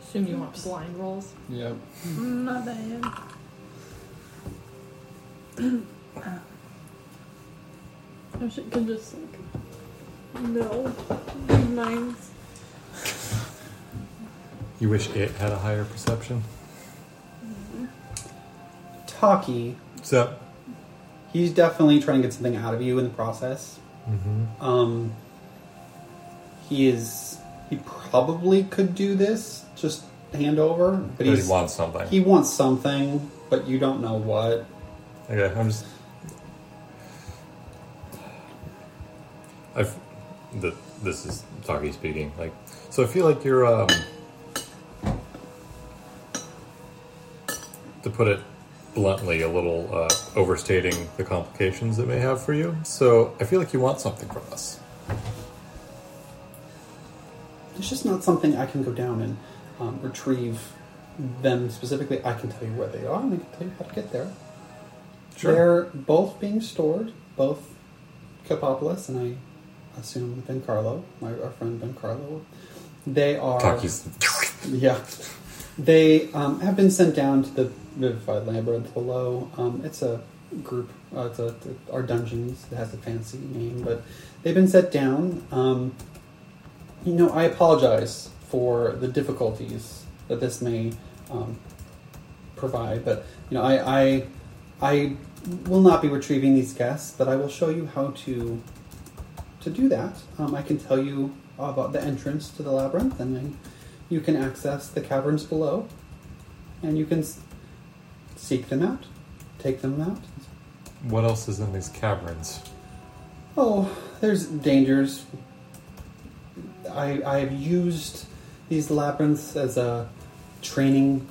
Assume you want blind rolls.
Yep.
Not bad.
I should, Oh, can just like. No. Mine's.
You wish it had a higher perception?
Taki,
So.
he's definitely trying to get something out of you in the process.
Mm-hmm.
Um, he is. He probably could do this, just hand over. But
But he
he's,
wants something.
he wants something, but you don't know what.
Okay, I'm just. I've. The, this is Taki speaking. Like, so I feel like you're. Um, to put it bluntly, a little uh, overstating the complications it may have for you. So I feel like you want something from us.
It's just not something I can go down and um, retrieve them specifically. I can tell you where they are, and I can tell you how to get there. They're both being stored, both Capopolis and I assume Ben Carlo, my, our friend Ben Carlo. They are.
Taki's.
Yeah. They um, have been sent down to the Vivified Labyrinth below. Um, it's a group, uh, it's, a, it's our dungeons. It has a fancy name, but they've been set down. Um, you know, I apologize for the difficulties that this may um, provide, but you know, I, I I will not be retrieving these guests, but I will show you how to to do that. Um, I can tell you about the entrance to the labyrinth, and then you can access the caverns below, and you can s- seek them out, take them out.
What else is in these caverns?
Oh, there's dangers. I I have used these labyrinths as a training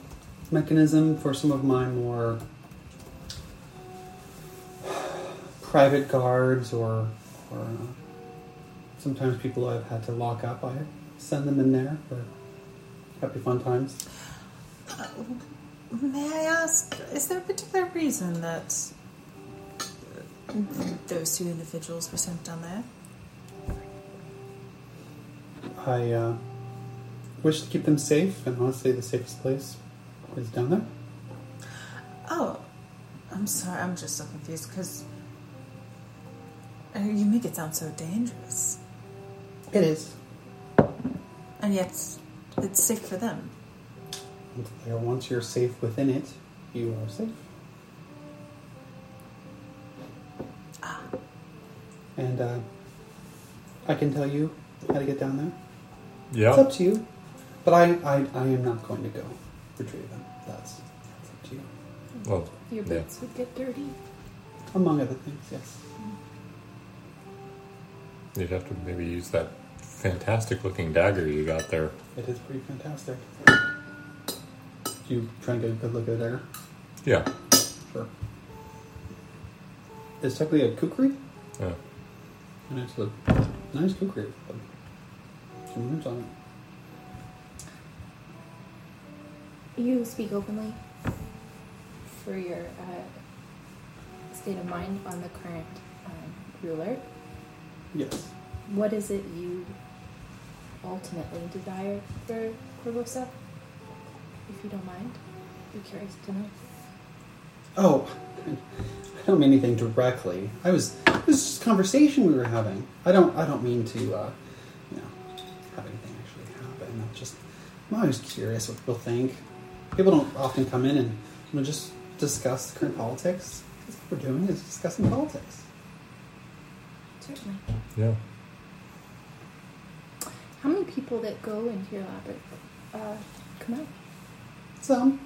mechanism for some of my more private guards or or uh, sometimes people I've had to lock up. I send them in there for happy fun times.
May I ask, is there a particular reason that those two individuals were sent down there?
I uh, wish to keep them safe, and honestly, the safest place is down there.
Oh, I'm sorry, I'm just so confused because you make it sound so dangerous,
It is.
and yet it's safe for them.
There, once you're safe within it, you are safe. And uh, I can tell you how to get down there. It's
Yeah.
up to you. But I, I, I am not going to go retrieve them. That's, that's up to you.
Well,
Your
Yeah.
boots would get dirty.
Among other things, yes.
you'd have to maybe use that fantastic looking dagger you got there.
It is pretty fantastic. You try and get a good look at there?
Yeah.
Sure. It's technically a kukri,
yeah.
and it's a nice kukri. but Some words on it.
You speak openly for your uh, state of mind on the current um, ruler.
Yes.
What is it you ultimately desire for Corvosa? If you don't mind, I'm curious to know.
Oh, I don't mean anything directly. I was it was just a conversation we were having. I don't I don't mean to uh, you know have anything actually happen. I'm just I'm always curious what people think. People don't often come in and you know just discuss current politics. That's what we're doing is discussing politics.
Certainly.
Yeah.
How many people that go into your labyrinth uh, come out?
So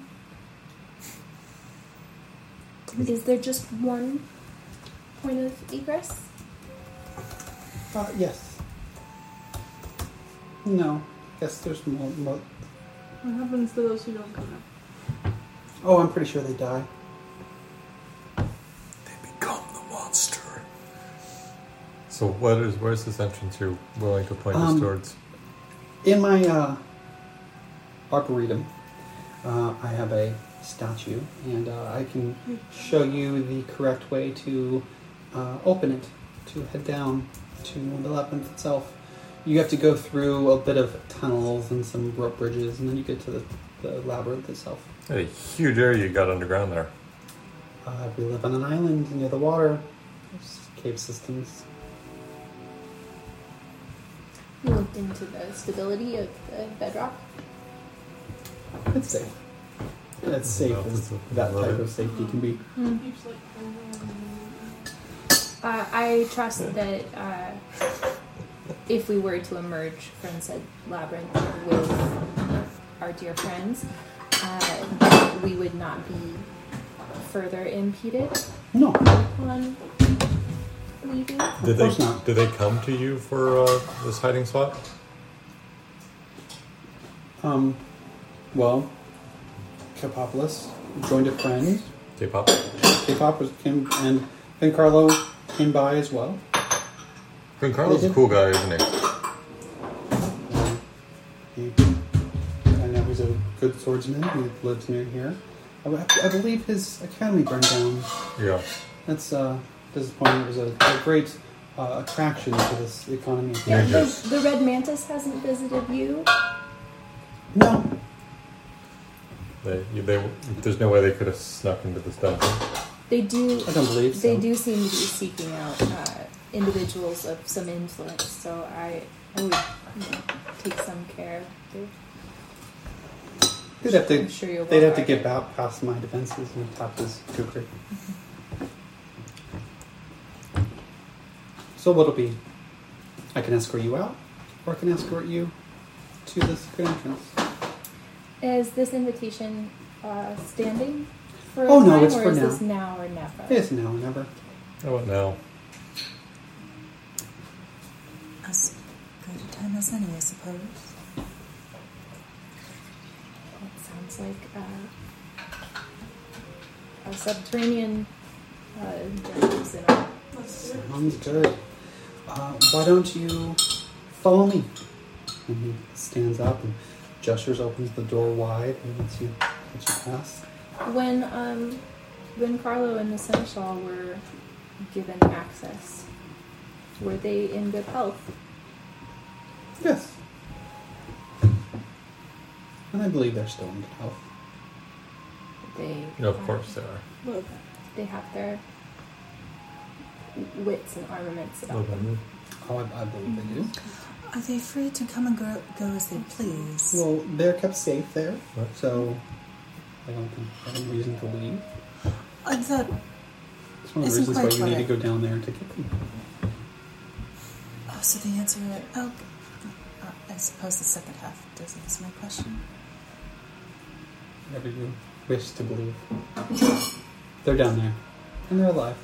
Is there just one point of egress?
uh, yes, no, yes. There's more, more.
What happens to those who don't come out?
Oh, I'm pretty sure they die.
They become the monster. So what is where's this entrance you're willing to point
Um,
us towards?
In my uh, arboretum, uh, I have a statue, and uh, I can show you the correct way to uh, open it, to head down to the labyrinth itself. You have to go through a bit of tunnels and some rope bridges, and then you get to the, the labyrinth itself.
A huge area you got underground there.
Uh, we live on an island near the water. There's cave systems.
You looked into the stability of the bedrock.
It's safe. It's safe as that type of safety can be.
Keeps like um,
Uh, I trust that uh, if we were to emerge from said labyrinth with our dear friends, uh, we would not be further impeded
No,
on leaving.
Did
course
they
not.
did they come to you for uh, this hiding spot?
Um, well, Kapopoulos joined a friend.
K-pop.
Kapop was came and Carlo came by as well.
I mean, Carlos is a cool guy, isn't he?
He, I know he's a good swordsman. He lives near here. I, I believe his academy burned down.
Yeah.
That's uh, disappointing. It was a, a great uh, attraction to this economy.
Yeah,
Yeah.
the, the red mantis hasn't visited you.
No,
They, you- they, there's no way they could have snuck into this dungeon.
They do.
I don't believe so.
They do seem to be seeking out uh, individuals of some influence, so I, I would you know, take some care. of their
They'd have
I'm
to,
sure you'll
they'd have to
bombard
get
it.
back past my defenses and attack this Kukri. So what'll be? I can escort you out, or I can escort you to the secret entrance.
Is this invitation uh, standing for a
Oh, no,
time,
it's
or
for
is
now.
this now or never?
It's now or never.
Oh, what now?
As good a time as any, I suppose.
That sounds like uh, a subterranean uh, journey is in a-
Sounds good. Uh, why don't you follow me? And he stands up and gestures, opens the door wide, and lets you, lets you pass.
When um, when Carlo and the Seneschal were given access, were they in good health?
Yes. And I believe they're still in good health.
They
No, of course they are.
Well, they have their wits and armaments about them.
Oh, I, I believe they do.
Are they free to come and go, go as they please?
Well, they're kept safe there,
Right.
so I don't think they have any reason to leave.
I thought
It's one of the
Isn't
reasons why
quite
you need to
clear.
go down there to get them.
Oh, so the answer. Oh, uh, I suppose the second half doesn't answer my question.
Whatever you wish to believe. they're down there, and they're alive.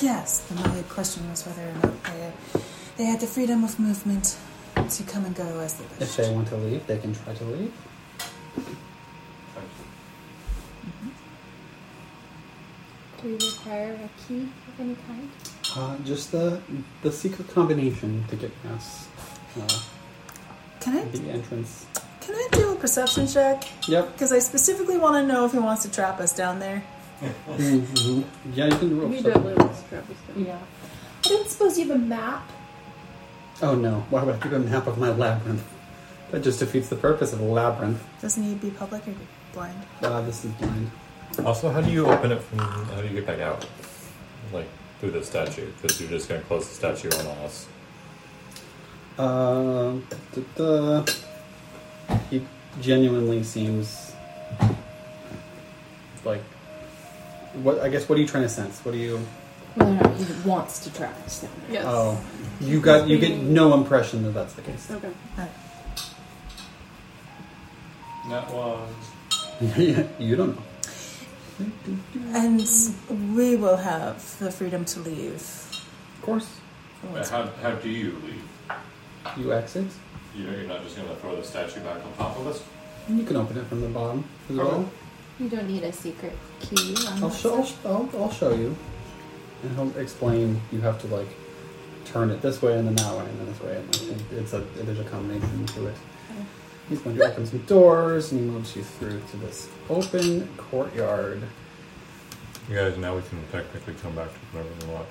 Yes, but my question was whether or not they, they had the freedom of movement to come and go as they
If
wished.
they want to leave, they can try to leave.
Do we require a key of any kind?
Uh, just the the secret combination to get past uh,
Can I
the entrance.
can I do a perception check?
Yep.
Because I specifically want to know if he wants to trap us down there.
hmm Yeah, you can roll.
We
something.
definitely want to trap this down.
Yeah. I don't suppose you have a map.
Oh no! Why would I keep a map of my labyrinth? That just defeats the purpose of a labyrinth.
Doesn't he be public or blind?
Uh, this is blind.
Also, how do you open it from. How do you get back out? Like, through the statue? Because you're just going to close the statue on us.
Uh, duh, duh. He genuinely seems like what? I guess. What are you trying to sense? What do you?
Whether or not he wants to trap us down there.
Yes.
Oh, you got. You get
being-
no impression that that's the case.
Okay.
Not long.
you don't know.
And we will have the freedom to leave.
Of course,
But how, how do you leave?
you exit.
You know, you're not just going to throw the statue back on top of us?
You can open it from the bottom as well.
Okay.
You don't need a secret key. on
I'll
that
show. I'll,
side.
sh- I'll, I'll show you, and he'll explain. You have to like turn it this way and then that way and then this way. And like, it- it's a there's a combination to it. He's going to open some doors and he moves you through to this open courtyard.
You guys, now we can technically come back to whatever we want.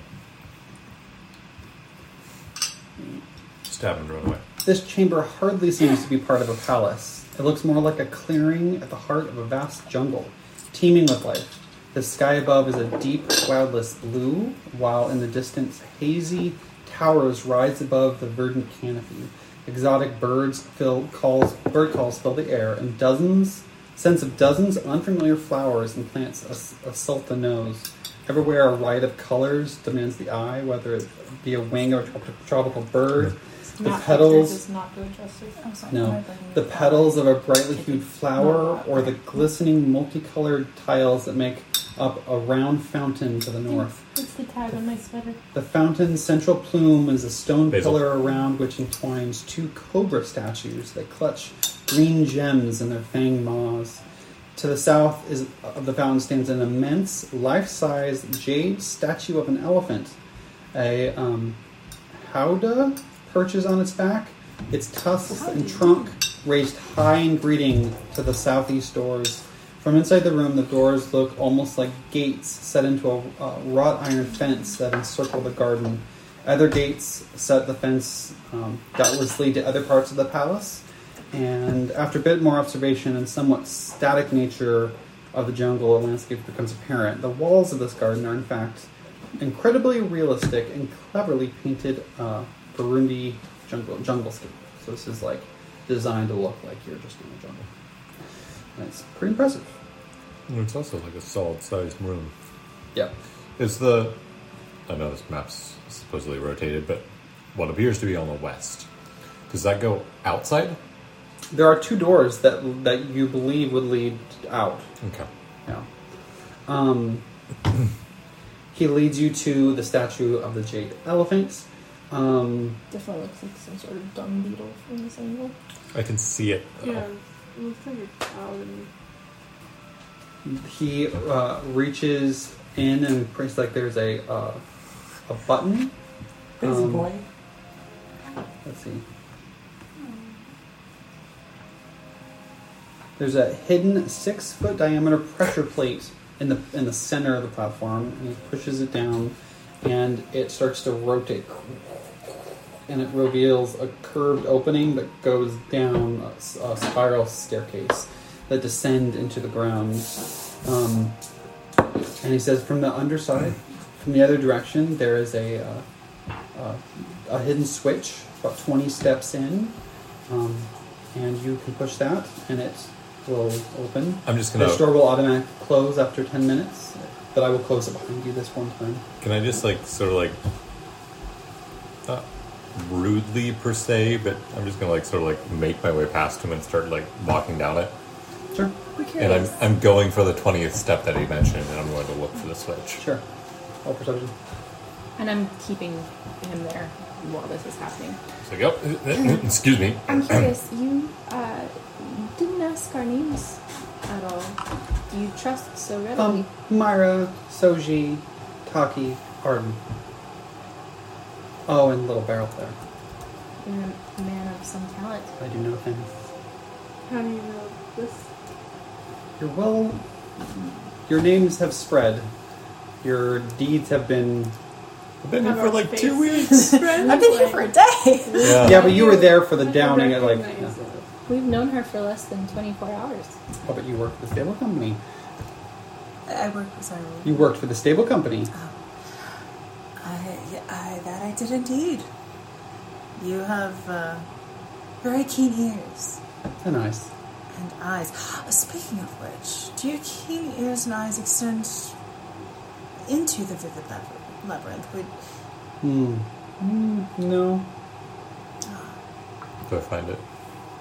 Stab and run away.
This chamber hardly seems to be part of a palace. It looks more like a clearing at the heart of a vast jungle, teeming with life. The sky above is a deep, cloudless blue, while in the distance, hazy towers rise above the verdant canopy. Exotic birds fill calls bird calls fill the air, and dozens scents of dozens of unfamiliar flowers and plants ass- assault the nose. Everywhere a riot of colors demands the eye, whether it be a wing or a trop- tropical bird. The petals
not good justice.
I'm sorry,
no.
my brain-
The petals of a brightly hued flower or the glistening multicolored tiles that make up a round fountain to the north.
It's the tag on my sweater.
The fountain's central plume is a stone
Basil.
pillar around which entwines two cobra statues that clutch green gems in their fang maws. To the south is, of the fountain stands an immense, life size jade statue of an elephant. A um, howdah perches on its back, its tusks and trunk raised high in greeting to the southeast doors. From inside the room, the doors look almost like gates set into a uh, wrought iron fence that encircle the garden. Other gates set the fence um, doubtlessly to other parts of the palace. And after a bit more observation and somewhat static nature of the jungle, a landscape becomes apparent. The walls of this garden are, in fact, incredibly realistic and cleverly painted uh, Burundi jungle junglescape. So this is like designed to look like you're just in a jungle. That's pretty impressive.
And It's also like a solid sized room.
Yeah.
Is the. I know this map's supposedly rotated, but what appears to be on the west. Does that go outside?
There are two doors that that you believe would lead out.
Okay.
Yeah. Um, he leads you to the statue of the jade elephant. Um,
Definitely looks like some sort of dung beetle from this angle.
I can see it. though.
Yeah, it looks like a paladin.
he uh, reaches in and press like there's a uh, a button. Um, Let's see. There's a hidden six foot diameter pressure plate in the in the center of the platform, and he pushes it down, and it starts to rotate, and it reveals a curved opening that goes down a, s- a spiral staircase that descend into the ground. Um, and he says, from the underside, from the other direction, there is a. Uh, uh, a hidden switch about 20 steps in um, and you can push that and it will open
I'm just
this
gonna.
door will automatically close after 10 minutes but i will close it behind you this one time
Can I just like sort of like. Not rudely per se, but I'm just gonna like sort of like make my way past him and start like walking down it.
sure
We're
And I'm,
curious.
I'm going for the 20th step that he mentioned, and I'm going to look for the switch.
sure all perception
And I'm keeping him there while this is happening.
It's like, oh, excuse me.
I'm curious, you uh, didn't ask our names at all. You trust so readily.
um, myra soji taki arden oh and little barrel there
You're a man of some talent.
i do know things
How do you know this?
you're well your names have spread your deeds have been
I've been here
Have
for
our
like two
face.
weeks.
I've been here for a day.
Yeah.
yeah but you were there for the
I
downing at like
recognize
yeah.
it.
We've known her for less than 24 hours.
Oh, but you worked for the stable company.
I work. Sorry.
You worked for the stable company.
I, I that I did indeed. You have uh, very keen ears
So nice.
and eyes. Uh, Speaking of which, do your keen ears and eyes extend into the vivid labyrinth? labyrinth? Would
Hmm. Mm, no.
Do I find it?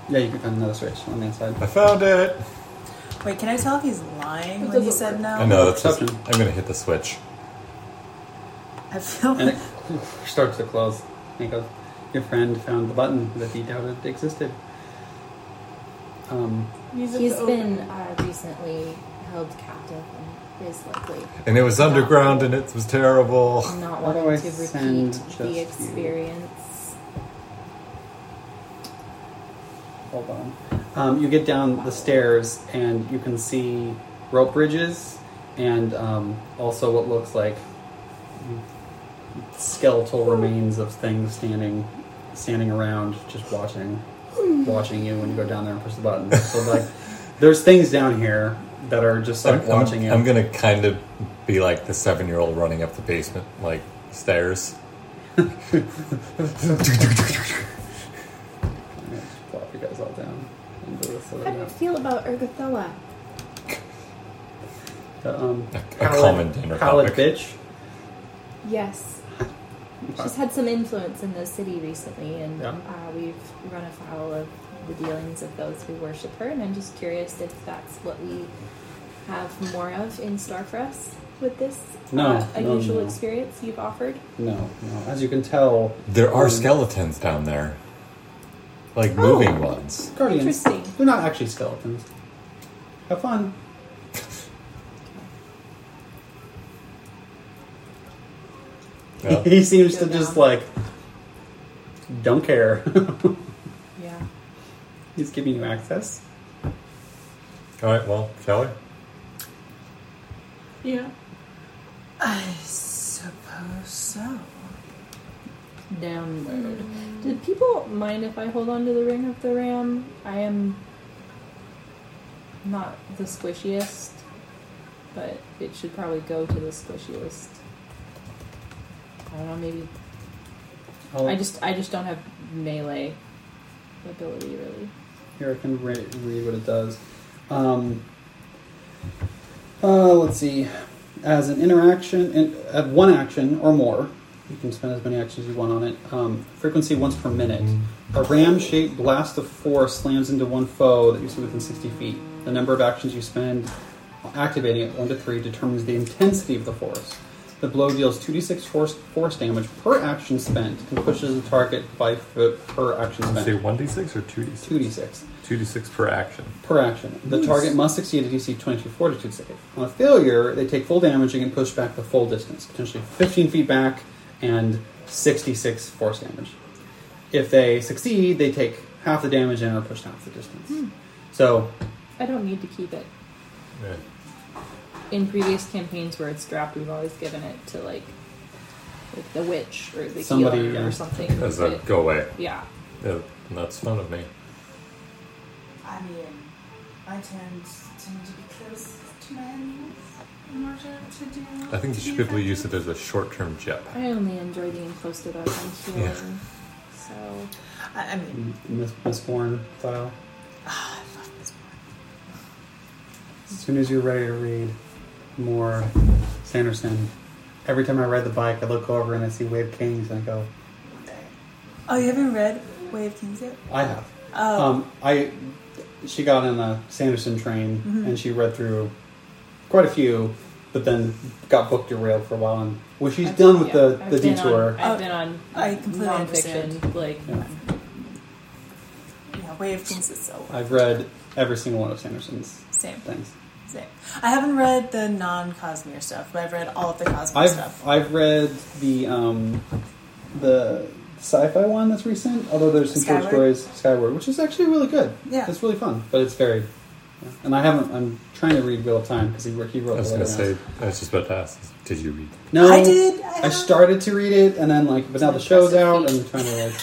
Yeah, you can find another switch on the inside.
I found it.
wait? Can I tell if he's lying
It
when he
doesn't
said
work.
no?
I know. Oh, That's just,
Perception.
I'm gonna hit the switch.
I feel
And it starts to close. And he goes, Your friend found the button that he doubted existed. Um,
Use it
He's
to
been
open.
uh, recently held captive and is likely
And it was underground, and it was terrible.
not
Why do
wanting
I
to
send
repeat
just you?
the experience.
hold on. Um, you get down the stairs and you can see rope bridges and um, also what looks like skeletal remains of things standing standing around just watching watching you when you go down there and push the button. So like there's things down here that are just like
I'm,
watching
I'm,
you.
I'm gonna kind of be like the seven-year-old running up the basement like stairs.
Yeah, just plop you guys all down and do this
How do you
little-
feel about Ergothella?
the, um,
A, a
pallid-
common dinner
pallid
topic.
bitch.
Yes. She's had some influence in the city recently, and
Yeah.
uh, we've run afoul of the dealings of those who worship her. And I'm just curious if that's what we have more of in store for us with this
No,
uh,
no, no,
unusual
no.
experience you've offered.
No, no. As you can tell,
There are
Um,
skeletons down there, like moving ones.
Guardians.
Interesting.
They're not actually skeletons. Have fun.
Yeah.
he seems to
Go
just
down.
like don't care.
Yeah.
He's giving you access.
All right. Well, shall we?
Yeah.
I suppose so.
Downward. Did people mind if I hold on to the ring of the ram? I am not the squishiest, but it should probably go to the squishiest. I don't know, maybe
I'll,
I just I just don't have melee ability really.
here I can re- read what it does. Um, uh, let's see. As an interaction, and at one action or more, you can spend as many actions as you want on it. Um, frequency once per minute. A ram-shaped blast of force slams into one foe that you see within 60 feet. The number of actions you spend activating it, one to three, determines the intensity of the force. The blow deals 2d6 force, force damage per action spent and pushes the target five foot per action
Did you say
spent.
1d6 or 2d6?
2d6
2d6 per action.
per action. The target must succeed a DC 22 fortitude save. On a failure, they take full damage and can push back the full distance, potentially 15 feet back and 66 force damage. If they succeed, they take half the damage and are pushed half the distance. So,
I don't need to keep it.
Yeah.
In previous campaigns where it's dropped, we've always given it to like, like the witch or the
Somebody,
healer
yeah.
or something.
As a
But-
go away.
yeah.
Yeah, that's fun of me.
I mean, I tend tend to be close to my enemies in order to do.
I think you should be able to use it as a short term jetpack.
I only enjoy being close to those I'm healing. So
I, I mean,
Miss, Miss Bourne file.
ah, I love this one.
As soon as you're ready to read more Sanderson, every time I ride the bike, I look over and I see Wave Kings and I go,
Oh, you haven't read Way of Kings yet?
I have.
Oh,
Um, I she got on a Sanderson train
Mm-hmm.
and she read through quite a few, but then got book derailed for a while. And well, she's
I've-
done with
yeah,
the,
I've
the
been
detour.
On, I've
Oh,
been on
I completely
nonfiction. Like,
Yeah.
yeah, Way of Kings is so
I've read every single one of Sanderson's
same,
things.
same. I haven't read the non-Cosmere stuff, but I've read all of the Cosmere
I've
stuff.
I've read the um, the sci-fi one that's recent. Although there's some short
Skyward?
stories Skyward, which is actually really good.
Yeah.
it's really fun, but it's very. yeah. And I haven't. I'm trying to read Wheel of Time because he, he
I
wrote.
was
the
gonna
letter
say, I was just about to ask, did you read?
No,
I did. I,
I
have-
started to read it, and then like, but now the show's out, and I'm trying to like.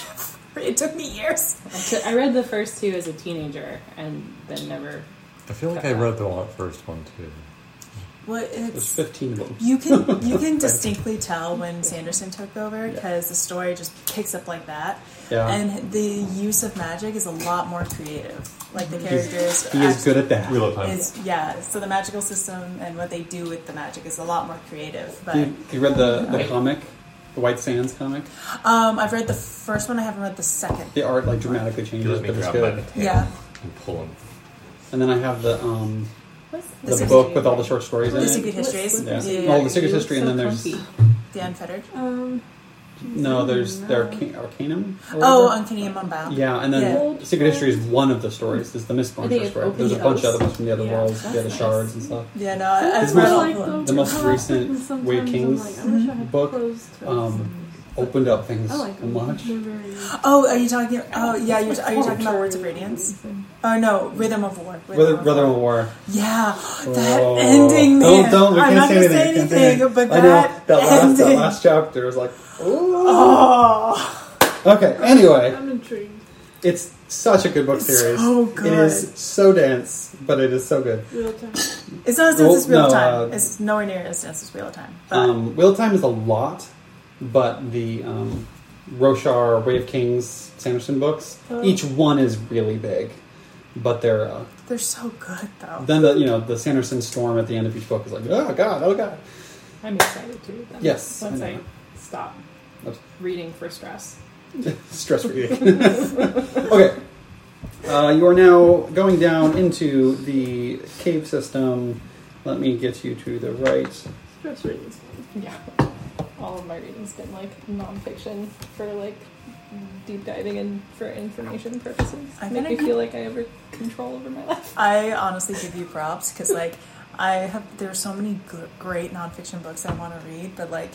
It took me years.
I took- I read the first two as a teenager and then never.
I feel like I read the one- first one too.
Well,
There's
it's
15 of them.
You can you can distinctly tell when Sanderson took over because the story just picks up like that,
Yeah.
and the use of magic is a lot more creative. Like the characters,
he is good at that.
Wheel of Time.
Is, yeah, so the magical system and what they do with the magic is a lot more creative. But
You, you read the, the comic, the White Sands comic.
um, I've read the first one. I haven't read the second.
The art like dramatically changes, but it's good.
Yeah.
and pull him.
And then I have the um,
what's
the
Secret-
book with all the short stories in
The
it.
Secret Histories.
Yeah.
Yeah.
Oh, the Secret History, and then there's
The Unfettered.
um
no, there's the Arca- Arcanum. or
Oh,
whatever.
Uncanny and Mumbai.
yeah, and then
Yeah.
the Secret History is one of the stories. It's the Miss Bunch
Are they
story.
open
There's a bunch of
house?
other ones from the other
Yeah,
worlds, the other
nice.
shards and stuff.
Yeah, no, I- I've
It's
read
more
all
like
of them.
the most recent Wade Kings book, Um, opened up things
I like
so
them.
much.
They're very-
Oh, are you talking? Oh, yeah. You're, are you talking about Words of Radiance? Oh no, Rhythm of War. Rhythm
Brother,
of
Brother
War.
of War.
Yeah, that
Oh.
ending.
Don't,
man.
don't. We
I'm
can't
not
say
gonna
anything.
say
can't say
anything, but
I
that,
know, last,
ending.
that last chapter was like, oh.
oh,
Okay. Anyway,
I'm intrigued.
it's such a good book series.
so good.
It is so dense, but it is so good.
Real time.
It's not as dense as
Well,
real
no,
time.
uh,
it's nowhere near as dense as real time. But
Um, Wheel of Time is a lot, but the um, Roshar, Way of Kings, Sanderson books,
Oh.
each one is really big. But they're uh,
they're so good though.
then the you know the Sanderson storm at the end of each book is like oh god oh god
I'm excited to read them.
Yes,
Once
I
I,
know.
stop
Oops.
reading for stress.
Stress reading. okay. Uh, you are now going down into the cave system. Let me get you to the right.
Stress readings.
Yeah.
all of my readings been like nonfiction for like deep diving and for information purposes.
I
Make me
think I-
feel like I have control over my life.
I honestly give you props because like I have there are so many gr great nonfiction books I want to read, but like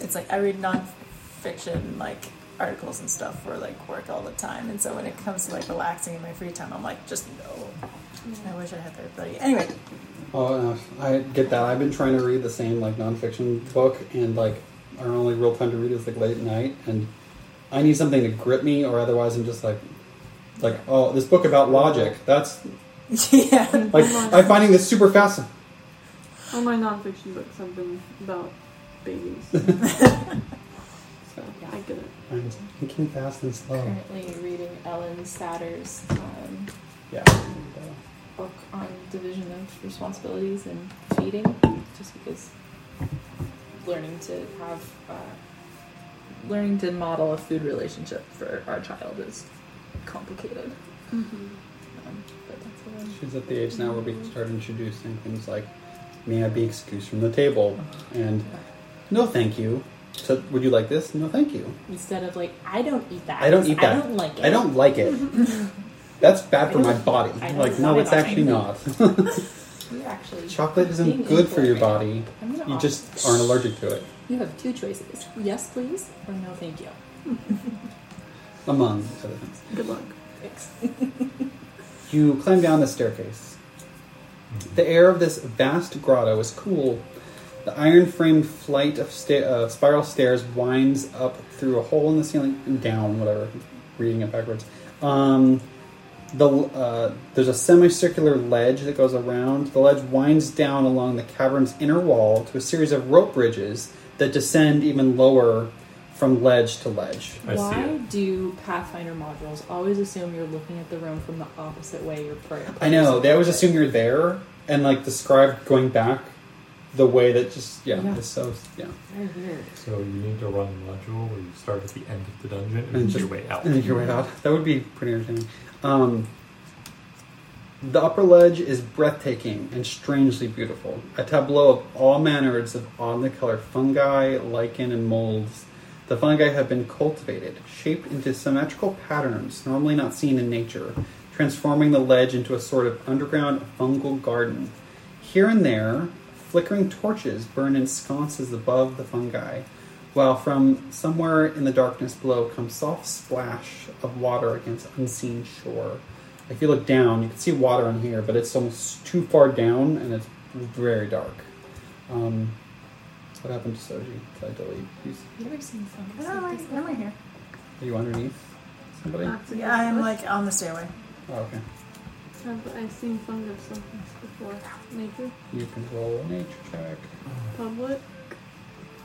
it's like I read nonfiction like articles and stuff for like work all the time, and so when it comes to like relaxing in my free time, I'm like just no. I wish I had their ability. Anyway,
Oh, uh, I get that. I've been trying to read the same like nonfiction book, and like our only real time to read is like late at night, and I need something to grip me, or otherwise I'm just like, like oh, this book about logic. That's
yeah,
like I'm finding this super fast.
All my nonfiction books have been about babies. so yeah, I get it.
I'm thinking Oh. fast and slow.
Currently reading Ellen Satter's um,
Yeah.
book on division of responsibilities and feeding, just because learning to have uh, learning to model a food relationship for our child is complicated.
Mm-hmm.
Um, but that's what I'm
She's at the age now where we can start introducing things like, "May I be excused from the table?" and "No, thank you." So, would you like this? No, thank you.
instead of like I don't eat that.
I don't eat that.
I don't like it.
I don't like it. That's bad for my body.
I don't
Like, no,
like
it's
it.
actually not.
You're actually
Chocolate
being
isn't good for your
incorrect.
body.
I'm gonna
You
opt-
just aren't allergic to it.
you have two choices: yes, please, or no, thank you.
Among other things,
Good luck.
Thanks.
you climb down the staircase. The air of this vast grotto is cool. The iron-framed flight of sta- uh, spiral stairs winds up through a hole in the ceiling and down. Whatever, reading it backwards. Um, the uh, there's a semicircular ledge that goes around. The ledge winds down along the cavern's inner wall to a series of rope bridges that descend even lower from ledge to ledge.
I see
Why
it.
do Pathfinder modules always assume you're looking at the room from the opposite way you're playing?
I know. They always assume you're there, and like the scribe going back the way that just yeah,
Yeah.
it's so yeah.
Very weird.
So you need to run a module where you start at the end of the dungeon and,
And
make
just-
your way out.
And then your way out. That would be pretty entertaining. Um, the upper ledge is breathtaking and strangely beautiful. A tableau of all manners of oddly colored fungi, lichen, and molds. The fungi have been cultivated, shaped into symmetrical patterns normally not seen in nature, transforming the ledge into a sort of underground fungal garden. Here and there, flickering torches burn in sconces above the fungi, while from somewhere in the darkness below comes soft splash of water against unseen shore. If you look down, you can see water on here, but it's almost too far down and it's very dark. Um, what happened to Soji? Did I delete? He's,
You ever seen fungus?
No,
like
I-
this
I'm
before?
right here.
are you underneath somebody?
Uh.
Yeah, I'm like on the stairway.
Oh, okay.
Have I seen fungus sometimes before? Nature?
You can roll a nature check.
Public?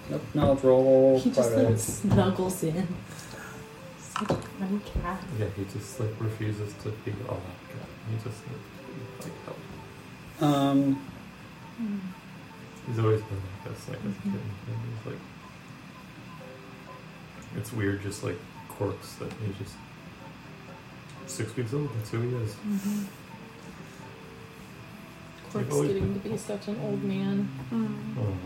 Nope, knowledge roll.
He just
private.
like snuggles in. Such a funny cat.
Yeah, he just like refuses to be all that guy. He just like, like help.
um,
Mm-hmm.
He's always been like this, like as a kid. And he's like, it's weird, just like quirks that he just six weeks old. That's who he is.
Quirk's
always
getting to
been-
be such an old man.
Mm.
Oh,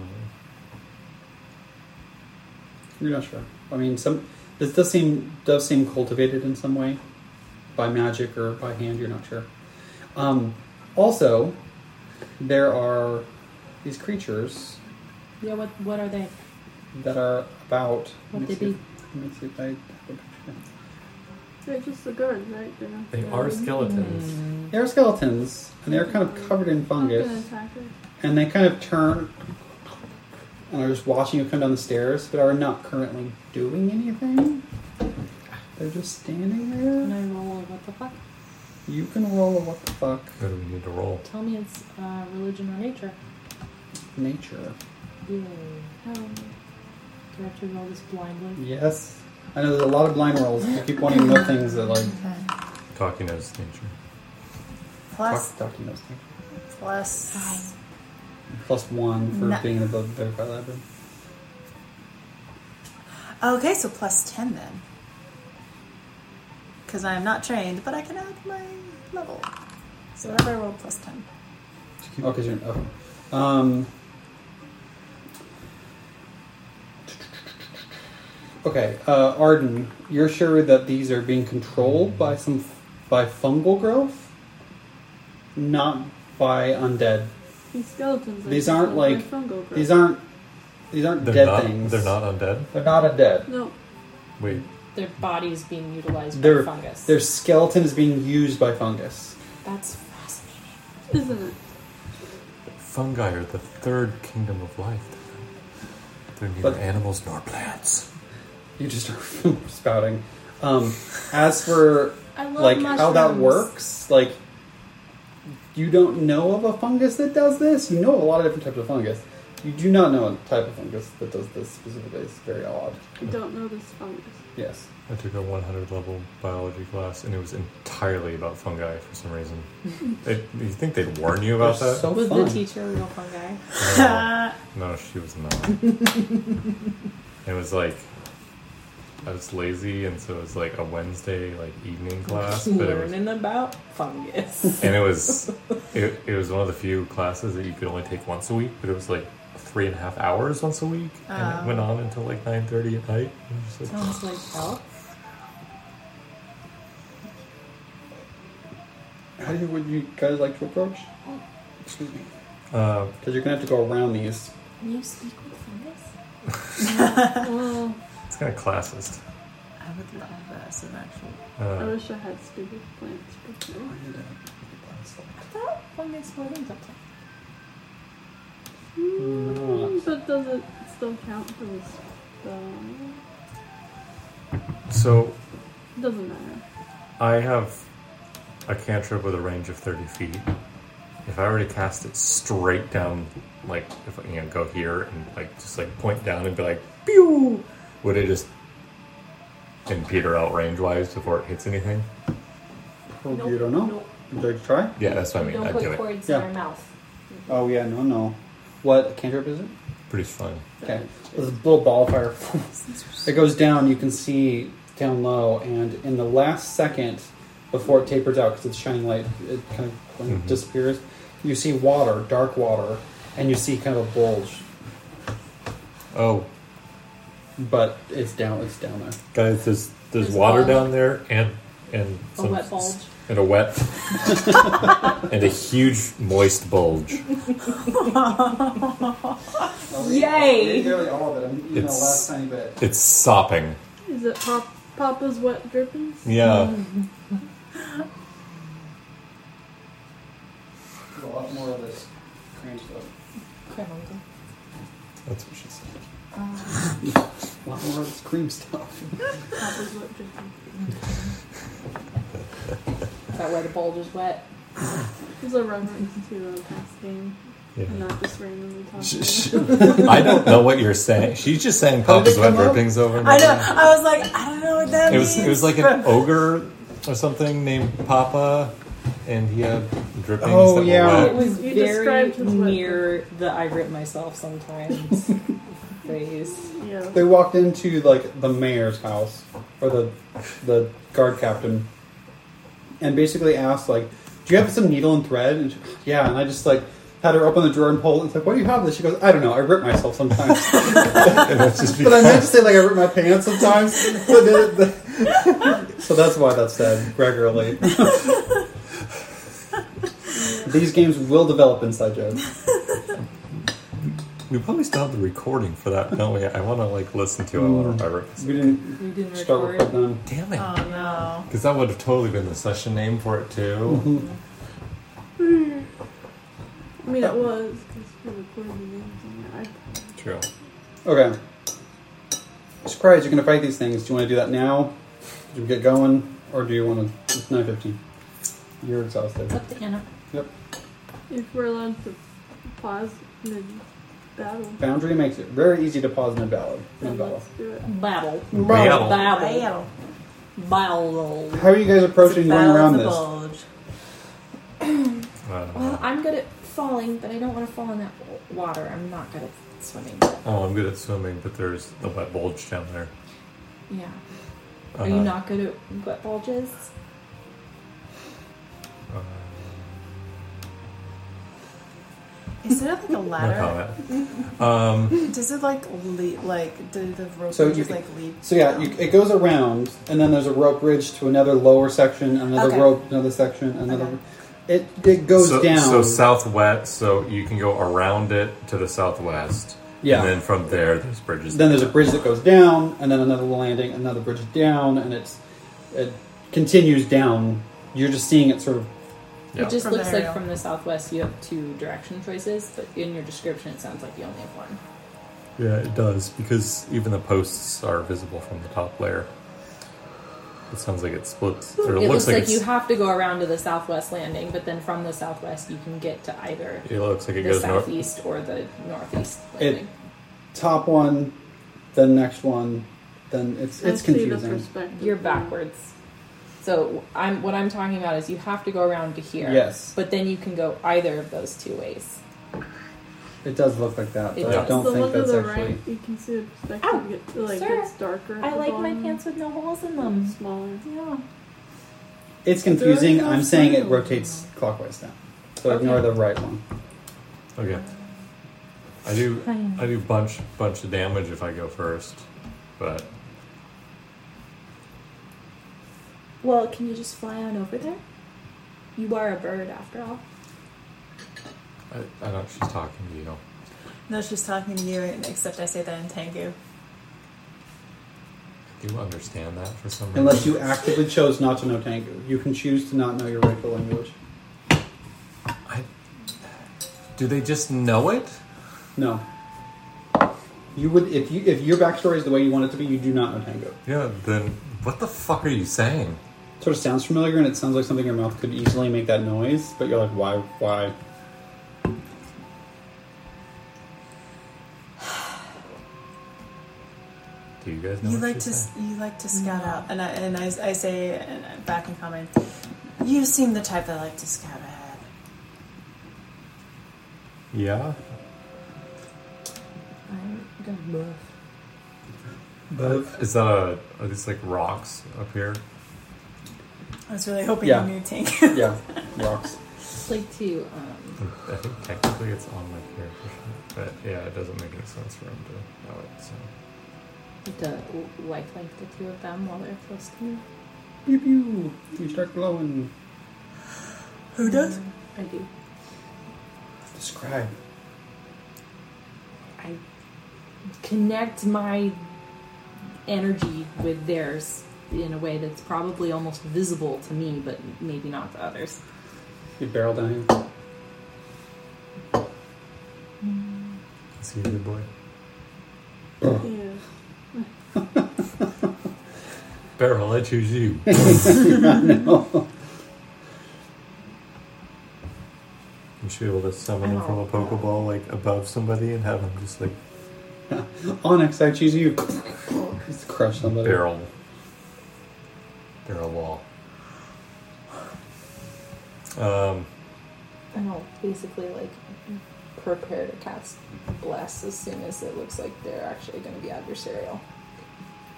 You're not sure. I mean, some this does seem does seem cultivated in some way, by magic or by hand. You're not sure. Um, also, there are these creatures
Yeah, what what are they?
that are about.
What
let me
they
see
be?
if- Let me see if I have a picture.
They're just the guards, right? They're not
they
they're
are
not
skeletons.
They are skeletons, and they are kind of covered in
gonna
fungus,
attack us.
and they kind of turn and are just watching you come down the stairs, but are not currently doing anything. They're just standing
Can
there.
I roll a what the fuck?
You can roll a what the fuck
What do we need to roll?
Tell me it's uh, religion or nature.
nature.
Yay.
Um,
Do I have to roll this blindly?
Yes. I know there's a lot of blind rolls. I keep wanting to know things that like
Okay.
Cocky nose nature.
Plus,
talk, talking those things.
plus.
Plus one for
No.
being in the verify library.
Okay, so plus 10 then. Because I'm not trained, but I can add my level. So whatever I roll, plus 10.
Oh, because you're okay. Um. Okay, uh, Arden, you're sure that these are being controlled by some by fungal growth, not by undead.
these skeletons are
These
just
aren't
my
like-
fungal growth.
These aren't these aren't
They're
dead
not.
things.
They're not undead.
They're not undead.
No,
Wait,
Their body is being utilized
They're-
by fungus.
Their skeleton is being used by fungus.
That's fascinating.
isn't it?
fungi are the third kingdom of life. They're neither
But-
animals nor plants.
You just are spouting. Um, as for
I love
like how that
mushrooms.
works, like you don't know of a fungus that does this. You know of a lot of different types of fungus, You do not know the type of fungus that does this specifically. It's very odd.
I don't know this fungus.
Yes.
I took a 100 level biology class, and it was entirely about fungi for some reason. they, you think they'd warn you about
They're
that?
so
Was
fun.
the teacher a real fungi?
No. no, she was not. it was like I was lazy, and so it was like a Wednesday like evening class, but it was,
Learning about fungus.
and it was it, it was one of the few classes that you could only take once a week, but it was like three and a half hours once a week, and
Oh.
it went on until like nine thirty at night. And I was just like,
Sounds like hell.
How do you, would you guys like to approach? Excuse me.
Oh.
uh,
Because you're gonna have to go around these.
You speak with fungus?
Well,
it's kind of classist.
I would love that as an actual.
I
Uh,
wish I had stupid plants before.
Oh,
thought fungus wasn't up
Mm, but does it still count for this? Um,
so
doesn't matter.
I have a cantrip with a range of 30 feet. If I were to cast it straight down, like, if I, you know, go here and, like, just, like, point down and be like, pew! Would it just impede her out range wise before it hits anything?
Oh, you don't know. Would you like to try?
Yeah, that's what I mean.
Don't
I'd do
put
it.
cords
Yeah.
in our mouth.
Oh yeah, no, no. What cantrip is it?
Pretty fun.
Okay. This little ball of fire. it goes down. You can see down low, and in the last second, before it tapers out, because it's shining light, it kind of
Mhm.
disappears. You see water, dark water, and you see kind of a bulge,
Oh,
but it's down. It's down there.
guys, there's there's,
There's
water
bulge.
down there and and
A
some-
wet bulge.
and a wet and a huge moist bulge.
Yay!
Nearly all of it. I'm,
the It's- last
tiny bit.
It's sopping.
Is it Pop- Papa's wet drippings?
Yeah.
A lot more of this cream stuff.
That's what she said.
A lot more of this cream stuff.
Papa's wet drippings.
that way the bulge is wet.
There's a reference to a past game,
Yeah.
and not just randomly
Sh-
talking.
sh- I don't know what you're saying. She's just saying
How did
Papa's
it
wet
come up?
drippings over and
I
over.
know. I was like, I don't know what that
It
means.
was it was like an ogre or something named Papa, and he had drippings
Oh,
that
yeah.
were
It
wet.
was
You
very
described his wet
near the I rip myself sometimes phase.
Yeah.
They walked into like the mayor's house or the the guard captain, and basically asked like, "Do you have some needle and thread?" And she, yeah, and I just like had her open the drawer and pull. it. It's like, "Why do you have this?" She goes, "I don't know. I rip myself sometimes."
And that's just
but I meant to say like I rip my pants sometimes. But it- the- so that's why that's said regularly. These games will develop inside jokes.
we probably still have the recording for that, don't we? I want to like listen to. it. I
Mm.
want to remember. it.
We didn't
We didn't
start
record.
recording them.
Damn it,
Oh no.
because that would have totally been the session name for it too.
I mean, it was, because we recorded the names on there. I-
True.
Okay. Surprise, you're going to fight these things. Do you want to do that now? Do we get going? Or do you want to. It's 9.15. You're exhausted.
Up to Anna.
If we're allowed to pause mid battle,
Boundary makes it very easy to pause in a ballad. In a
then
battle.
let's do it.
Battle. Battle.
Battle.
Battle.
Battle.
How are you guys approaching
It's a
going
battle of
around
the
this?
bulge.
Well,
Uh,
I'm good at falling, but I don't want to fall in that w- water. I'm not good at swimming.
oh, I'm good at swimming, but there's the wet bulge down there.
Yeah.
Uh,
Are you not good at wet bulges?
Uh,
Is it up like a
no
ladder?
comment. Um.
Does it like leap? Like do the rope
So
just
you-
like leap?
So yeah, you, it goes around, and then there's a rope bridge to another lower section, another
Okay.
rope, another section, another.
Okay.
It it goes
so,
down.
So southwest, so you can go around it to the southwest.
Yeah.
And then from there, there's bridges.
then there's a bridge that goes down, and then another landing, another bridge down, and it's it continues down. You're just seeing it sort of
Yeah.
It just
From the
looks
aerial.
like from the southwest you have two direction choices, but in your description it sounds like you only have one.
yeah, it does because even the posts are visible from the top layer. It sounds like it splits. Or it,
it
looks, like,
you
it's,
have to go around to the southwest landing, but then from the southwest you can get to either
it looks like it
the
goes north.
southeast or the northeast
It-
landing.
Top one, then next one, then it's it's
I See
confusing.
this perspective.
You're backwards. So I'm what I'm talking about is you have to go around to here.
Yes.
But then you can go either of those two ways.
It does look like that,
It
but I
does.
don't
the
think
look of
that's
the
actually.
right, you can see the perspective.
Ow,
get, like
sir.
it's darker. at
I
the
like my
bottom.
pants with no holes in them.
smaller.
Yeah.
It's confusing.
no
I'm saying it
sound.
rotates clockwise now, so ignore the right one.
Okay. I do I do bunch bunch of damage if I go first, but
Well, can you just fly on over there? You are a bird after all.
I, I don't. She's talking to you.
No, she's talking to you, except I say that in Tengu.
Do you understand that for some reason?
Unless you actively chose not to know Tango, you can choose to not know your rightful language.
I, do they just know it?
No. You would if you if your backstory is the way you want it to be, you do not know Tango.
Yeah. Then what the fuck are you saying?
Sort of sounds familiar, and it sounds like something your mouth could easily make that noise, but you're like, why? Why?
Do you guys know?
You
what
like
she's
to
saying?
you like to scout out, and I and I, I say and I'm back in comment. You seem the type that like to scout ahead.
Yeah.
I'm gonna move.
Is that a are these like rocks up here?
I was really hoping
Yeah.
you knew Tank.
Yeah, rocks.
It's like to um
I think technically it's on like here, for sure. but yeah, it doesn't make any sense for him to know it. So
to wipe like the two of them while they're close to me.
Pew pew. You start glowing.
Who does?
I do.
Describe.
I connect my energy with theirs in a way that's probably almost visible to me, but maybe not to others.
You barrel down here.
is he a good boy?
Yeah.
Barrel, I choose you. You should be able to summon him from a Pokeball like above somebody and have him just like
Onyx, I choose you. Just crush somebody.
barrel barrel wall. Um
And I'll basically like prepare to cast bless as soon as it looks like they're actually going to be adversarial.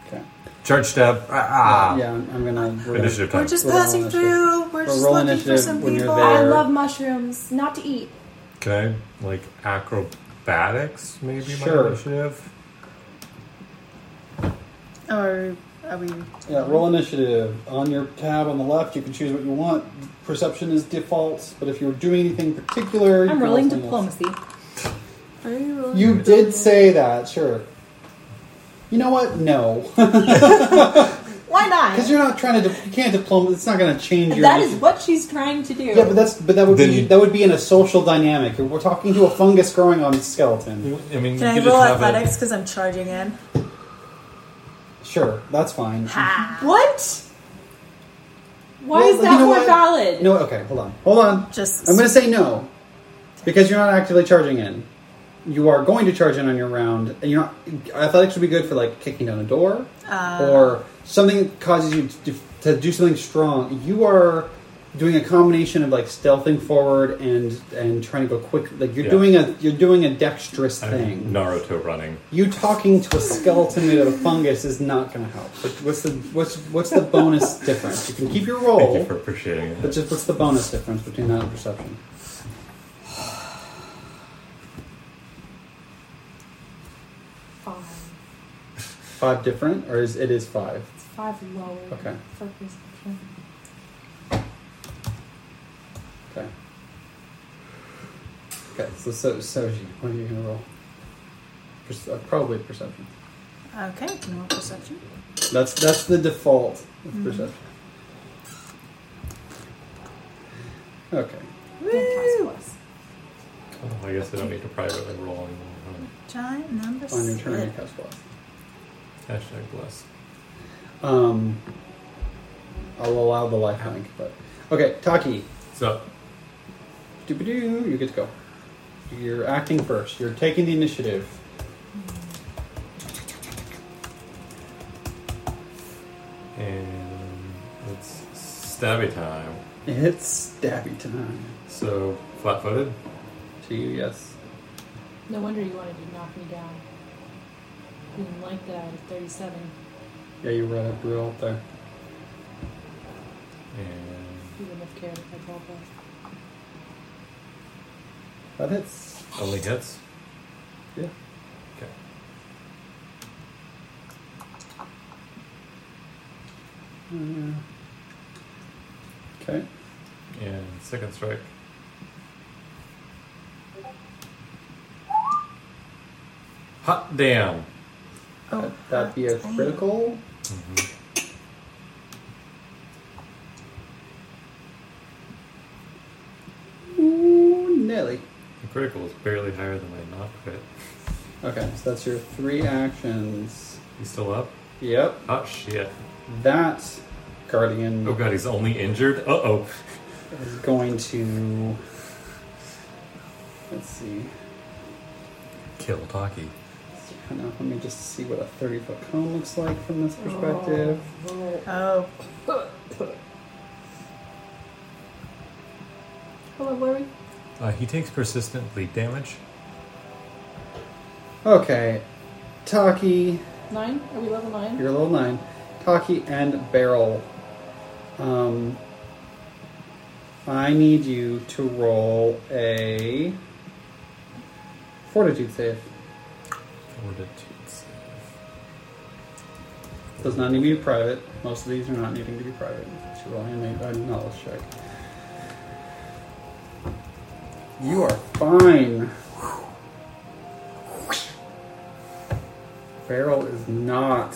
Okay.
charge stab. Ah,
Yeah, I'm, I'm gonna. we're gonna-
Initiative
We're
time.
just
We're all
passing
initiative.
through. We're, just
roll
looking for
initiative
some
when you're
people.
there.
I love mushrooms, not to eat.
Can I like acrobatics maybe
Sure.
my initiative?
Or are we?
Yeah, roll initiative. On your tab on the left, you can choose what you want. Perception is default, but if you're doing anything particular, you
I'm
can
rolling
roll something else.
diplomacy.
Are you really?
You did say that, sure. You know what? No,
Why not?
because you're not trying to. Di- you can't diploma. It's not going to change your.
That is what she's trying to do.
Yeah, but that's but that would
Then
be
you-
that would be in a social dynamic. We're talking to a fungus growing on a skeleton.
You- I mean,
Can I
you could
roll
just have
athletics because I'm charging in?
Sure, that's fine.
what? Why
Well,
is that
you know
more
what?
valid?
No, okay, hold on, hold on.
Just
I'm going to say no because you're not actively charging in. You are going to charge in on your round, and you're not. Athletics would be good for like kicking down a door
uh,
or something that causes you to, do- to do something strong. You are doing a combination of like stealthing forward and and trying to go quick. Like you're
Yeah.
doing a you're doing a dexterous
I'm
thing.
Naruto running.
You talking to a skeleton made out of fungus is not going to help. But what's the what's what's the bonus difference? You can keep your roll.
Thank you for appreciating
But
it.
just what's the bonus difference between that and perception?
Five.
Five different, or is it is five?
It's five lower
Okay.
for perception.
Okay. Okay. So so Soji, what are you gonna roll? Perce- uh, probably perception.
Okay, can I roll perception?
That's that's the default of perception. Okay.
Then cast
Oh, I guess I don't need to privately roll anymore. Um,
Giant number.
On your turn, you
six.
cast bless.
Hashtag bless.
Um, I'll allow the lifelink, but okay, Taki.
So
Doop-a-doo, you get to go. You're acting first. You're taking the initiative.
and it's stabby time.
It's stabby time.
So flat-footed.
To you, yes.
No wonder you wanted to knock me down. You didn't like that at 37.
Yeah, you read it real up there.
And
You wouldn't have cared if I told her.
That hits.
only hits.
Yeah.
Okay.
Okay.
And second strike. Hot damn.
Oh,
That,
uh,
that'd be a critical.
Mm-hmm.
Ooh, Nelly.
The critical is barely higher than my knock crit.
Okay, so that's your three actions.
He's still up?
Yep.
Hot shit.
That guardian
Oh god, he's only injured? Uh oh.
is going to. Let's see.
Kill Taki.
I know, let me just see what a 30 foot cone looks like from this perspective.
Oh,
Hello, where are we?
Uh, he takes persistent bleed damage.
Okay. Taki,
Nine? Are we level nine?
your little nine. Taki and Barrel. Um, I need you to roll a fortitude save.
Fortitude save.
Does not need to be private. Most of these are not needing to be private. Should roll an innate- a knowledge check. You are fine. Barrel is not.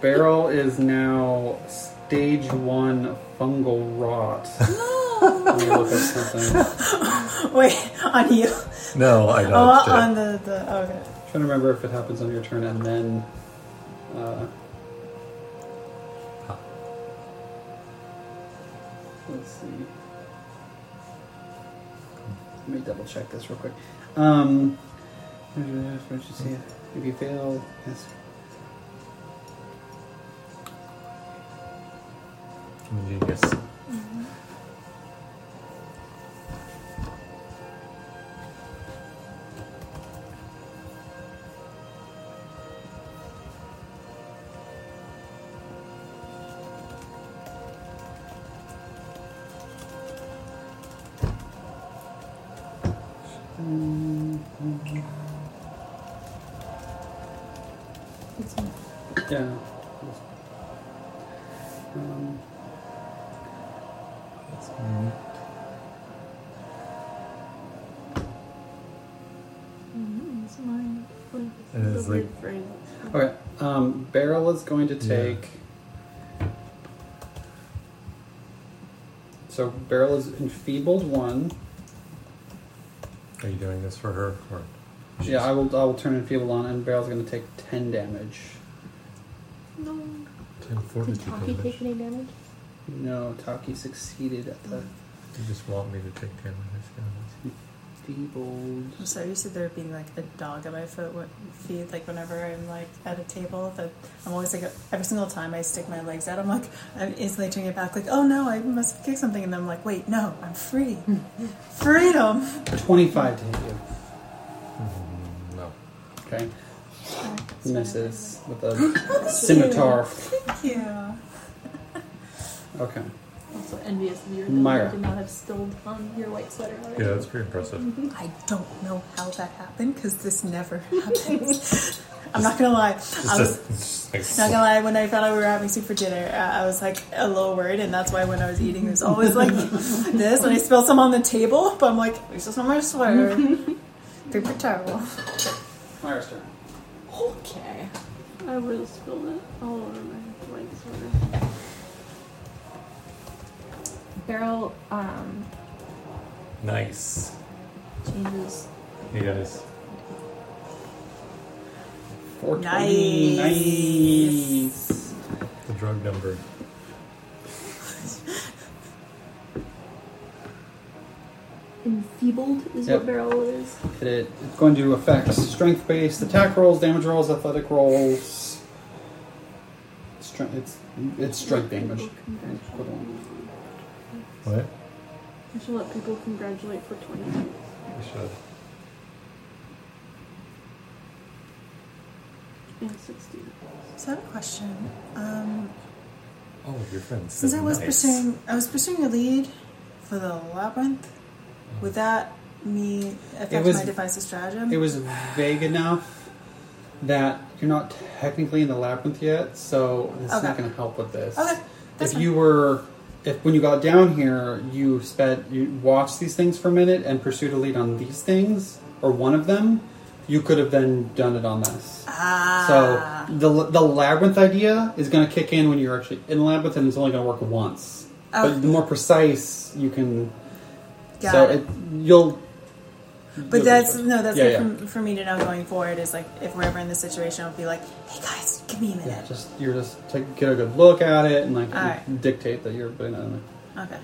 Barrel is now stage one fungal rot. Let me look up something.
wait, on you?
No,
Uh,
I don't.
Oh,
um,
on the, the oh, okay.
trying to remember if it happens on your turn and then. Uh, Let's see. Let me double check this real quick. Um, what you see? If you fail, yes.
I'm a genius.
Yeah. Um,
That's neat.
It's mine.
It is like-
okay. Um, Barrel is going to
Yeah.
take. So Barrel is enfeebled one.
Are you doing this for her? Or
Yeah, I will. I will turn enfeebled on, and Barrel's going to take ten damage.
No.
Ten fortitude
Did Taki
damage.
take any damage?
No, Taki succeeded at the
You just want me to take damage. yeah.
feebled.
I'm so used to there being like a dog at my foot when- feet. Like whenever I'm like at a table, that I'm always like every single time I stick my legs out, I'm like I'm instantly turning it back. Like oh no, I must kick something, and I'm like wait no, I'm free, freedom.
Twenty-five to hit you.
Mm-hmm. No.
Okay,
That's
misses with a scimitar.
Thank you.
Okay,
Also envious of your
Myra.
Myra. did not have spilled on your white sweater already.
Yeah, that's pretty impressive.
I don't know how that happened because this never happens. I'm not gonna lie. I
Just,
was,
just, just
Not
like,
gonna lie, when I found out we were having soup for dinner, uh, I was like a little worried, and that's why when I was eating, it was always like this, and I spilled some on the table, but I'm like, it's just not my sweater. Paper towel.
Myra's turn.
Okay.
I would have spilled it all over my white sweater.
Beryl um,
nice.
changes.
Hey guys.
Four
Nice.
nice.
The drug number.
enfeebled is
Yep.
what Beryl is.
It- It's going to affect strength based attack rolls, damage rolls, athletic rolls. Strength, it's, it's strength damage.
People congratulate.
What?
I should let people congratulate for 20 minutes.
We should.
And 60.
So I have a question. Um,
Oh, your friends.
since I was
nice.
pursuing, I was pursuing a lead for the labyrinth. Would that me affect
was-
my divisive stratagem?
It was vague enough that you're not technically in the labyrinth yet, so it's not
Okay.
going to help with this.
Okay, that's
if you were, if when you got down here, you sped, you watched these things for a minute and pursued a lead on these things or one of them, you could have then done it on this.
ah,
So the the labyrinth idea is going to kick in when you're actually in the labyrinth, and it's only going to work once.
Okay.
But the more precise you can,
got
so
it.
it, you'll.
But that's no, that's
Yeah,
good
yeah.
For, for me to know going forward. Is like if we're ever in this situation, I'll be like, "Hey guys, give me a
Yeah,
minute."
just you're just take get a good look at it and like
Alright.
dictate that you're putting that in
Okay.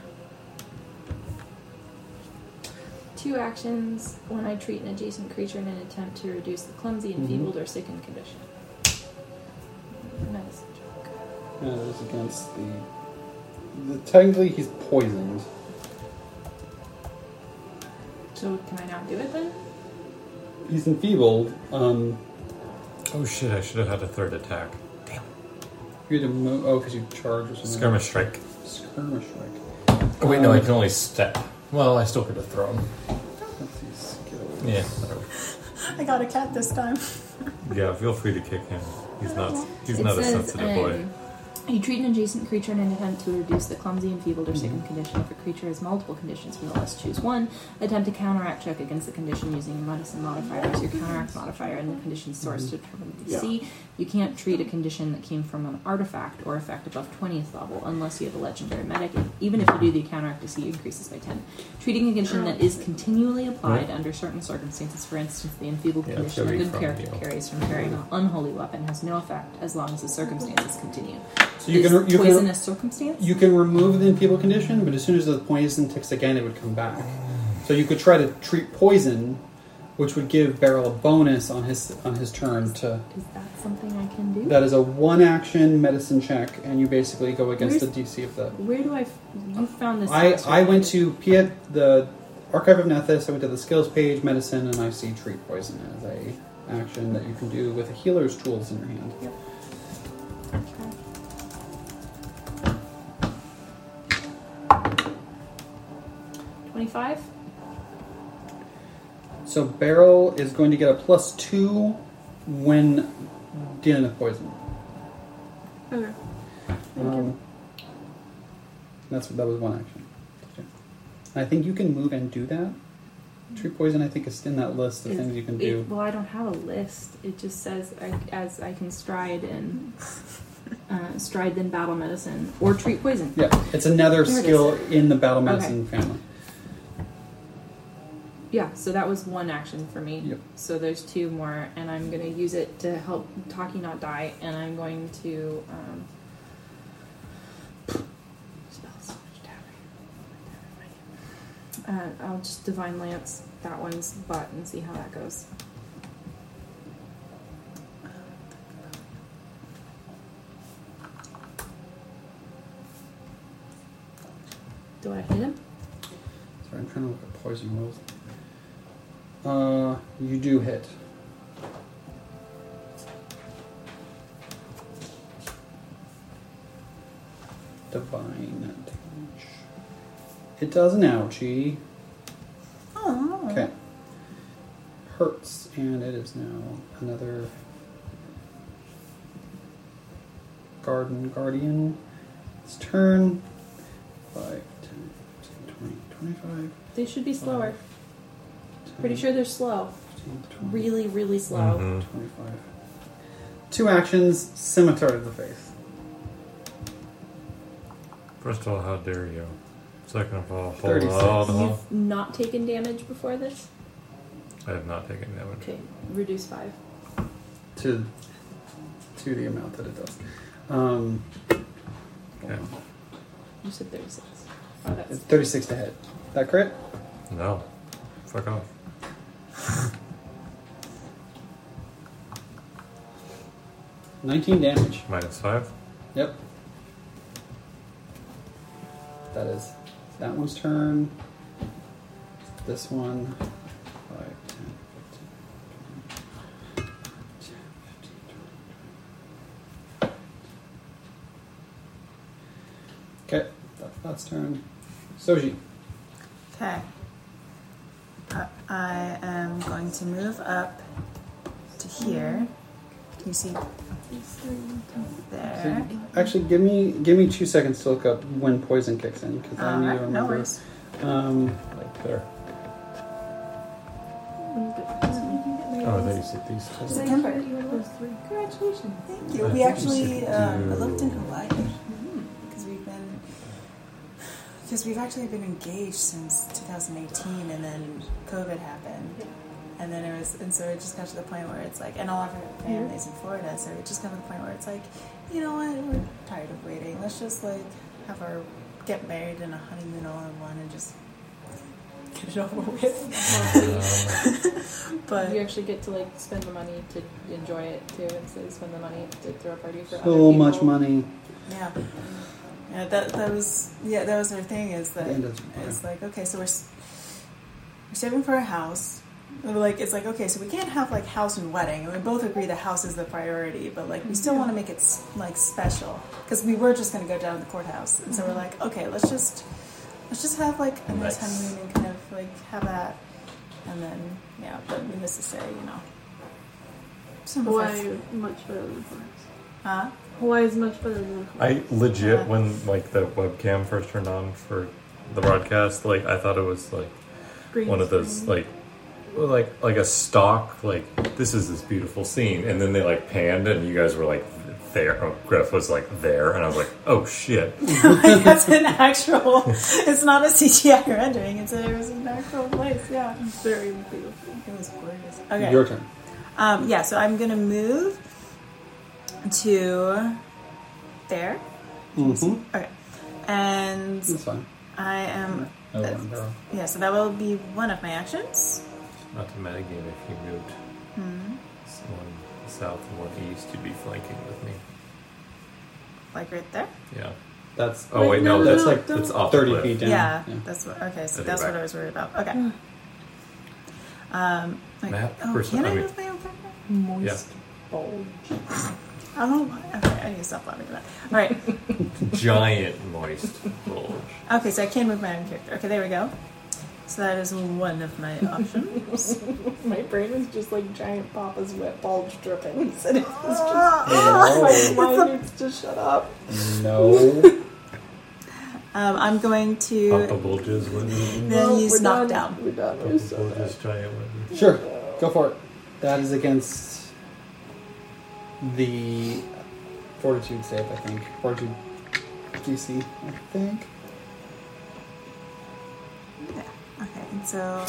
Two actions when I treat an adjacent creature in an attempt to reduce the clumsy,
Mm-hmm.
enfeebled, or sickened condition. Nice.
there. Yeah, it was uh, against the, the technically he's poisoned.
So can I not do it then?
He's enfeebled. Um,
Oh shit! I should have had a third attack. Damn.
you had to move. Oh, because you charge or something.
Skirmish strike.
Skirmish strike.
Mm. Oh, wait, no, I can only step. Well, I still could have thrown.
Let's see skills.
Yeah.
I got a cat this time.
Yeah. Feel free to kick him. He's not. He's
It
not a
says,
sensitive boy.
um, You treat an adjacent creature in an attempt to reduce the clumsy, enfeebled, or
Mm-hmm.
sickened condition. If a creature has multiple conditions from the list, choose one. Attempt a counteract check against the condition using a medicine modifier as your counteract modifier and the condition's source
Mm-hmm.
to determine the DC. You can't treat a condition that came from an artifact or effect above 20th level unless you have a legendary medic. Even if you do the counteract, DC increases by 10. Treating a condition that is continually applied under certain circumstances, for instance, the enfeebled
Yeah,
condition a
very
good
from
character
you.
carries from carrying an unholy weapon has no effect as long as the circumstances continue.
So you
Is
can you can
poisonous circumstance?
You can remove the enfeebled condition, but as soon as the poison ticks again, it would come back. So you could try to treat poison, which would give Beryl a bonus on his on his turn. To
Is that something I can do?
that is a one action medicine check, and you basically go against
Where's-
the DC of the.
Where do I? F- you found this.
I
extra
I went
page.
to Piet the archive of Nethys. I went to the skills page, medicine, and I see treat poison as a action that you can do with a healer's tools in your hand.
twenty-five.
So Beryl is going to get a plus two when dealing with poison.
Okay.
Um, that's that was one action. And I think you can move and do that. Tree poison, I think, is in that list of
Is-
things you can
it-
do.
well, I don't have a list. It just says I, as I can stride and uh, stride then battle medicine or treat poison.
Yeah, it's another
There it is.
skill in the battle medicine family.
Yeah, so that was one action for me.
Yep.
So there's two more, and I'm going to use it to help Taki not die, and I'm going to. Um, spell switch dagger. uh, I'll just Divine Lance that one's butt and see how that goes. Do I hit him?
Sorry, I'm trying to look at poison rules. Uh, you do hit. Divine damage. It does an ouchie.
Oh,
Okay. Hurts, and it is now another Garden Guardian's turn. 5, 10, 15, 20, 25.
They should be slower.
10,
Pretty sure they're slow.
15, 20,
Really, really slow.
Mm-hmm.
Mhm.
25. Two actions, Scimitar to the face.
First of all, how dare you? Second of all, hold
36.
on. hold
You've not taken damage before this?
on. I have not taken damage.
Okay, reduce five.
to to the amount that it does. Um,
Okay.
You said 36. Oh, that's
Thirty-six to hit. That crit?
No. Fuck off.
Nineteen damage.
Minus five.
Yep. That is that one's turn. This one. Five, 10, 15, 10, 15, 20, 20. Okay, that, that's turn. Soji.
Okay. Uh, I am going to move up to here. Can you see there?
Actually, give me give me two seconds to look up when poison kicks in
Uh,
because I
All
need to
right,
remember.
no worries.
Um,
Like there. Oh, there you see these two.
September.
Congratulations.
Thank you.
I
We
think
actually
should
um,
do-
lived in Hawaii because we've been because we've actually been engaged since 2018, and then COVID happened, and then it was and so it just got to the point where it's like, and all of our families in Florida, so it just got to the point where it's like, you know what, we're tired of waiting. Let's just like have our get married and a honeymoon all in one, and just get it over
Um,
with.
You
but
actually get to like spend the money to enjoy it too, instead of spend the money to throw a party for other
so
people.
much money.
yeah. Yeah, that, that was yeah that was our thing is that
And it's-
It's like okay, so we're s- we're saving for a house. And we're like it's like okay, so we can't have like house and wedding, and we both agree the house is the priority, but like we still want to make it s- like special because we were just going to go down to the courthouse, and so we're like okay, let's just let's just have like a
Nice.
nice, honeymoon and kind of like have that, and then yeah, but needless to say, you know, some of us-
Hawaii much better than Florence.
huh?
Hawaii is much better than Florence.
I legit when like the webcam first turned on for the broadcast, like I thought it was like
Green
one of those
screen.
like well, like like a stock like this is this beautiful scene, and then they like panned and you guys were like there. Oh, Griff was like there, and I was like, oh shit.
like that's an actual. It's not a CGI rendering. It's a, it was an actual place. Yeah,
very beautiful.
it was gorgeous. Okay.
Your turn.
Um, yeah. So I'm gonna move to there.
Mm-hmm.
Okay. And
That's fine.
I am.
No
That's-
one, Oh, no.
Yeah. So that will be one of my actions. Hmm,
Not to metagame if you moved someone south and one east, you'd be flanking with me.
Like right there.
Yeah.
That's
Oh wait, no,
no,
that's
no,
like
don't-
that's off the
thirty
cliff.
feet down.
Yeah. That's what. Okay. So
That'd be
that's what
back.
I was worried about.
Hmm.
Okay. Um. like-
Map
oh,
person-
can
I
I
mean-
move my own background?
Yeah.
I don't. Oh, Okay. I need to stop laughing at that. All right.
Giant moist bulge.
Okay, so I can move my own character. Okay, there we go. So that is one of my options.
My brain was just like giant Papa's wet bulge drippings, and it was
Um,
Oh,
my mind needs to shut up.
no.
Um, I'm going
Papa
to
bulges with
then use
we're done.
knockdown.
We're done. It
Papa
was so bad.
bulges giant one.
sure, go for it. That is against the fortitude save, I think. Fortitude DC, I think.
Okay, and so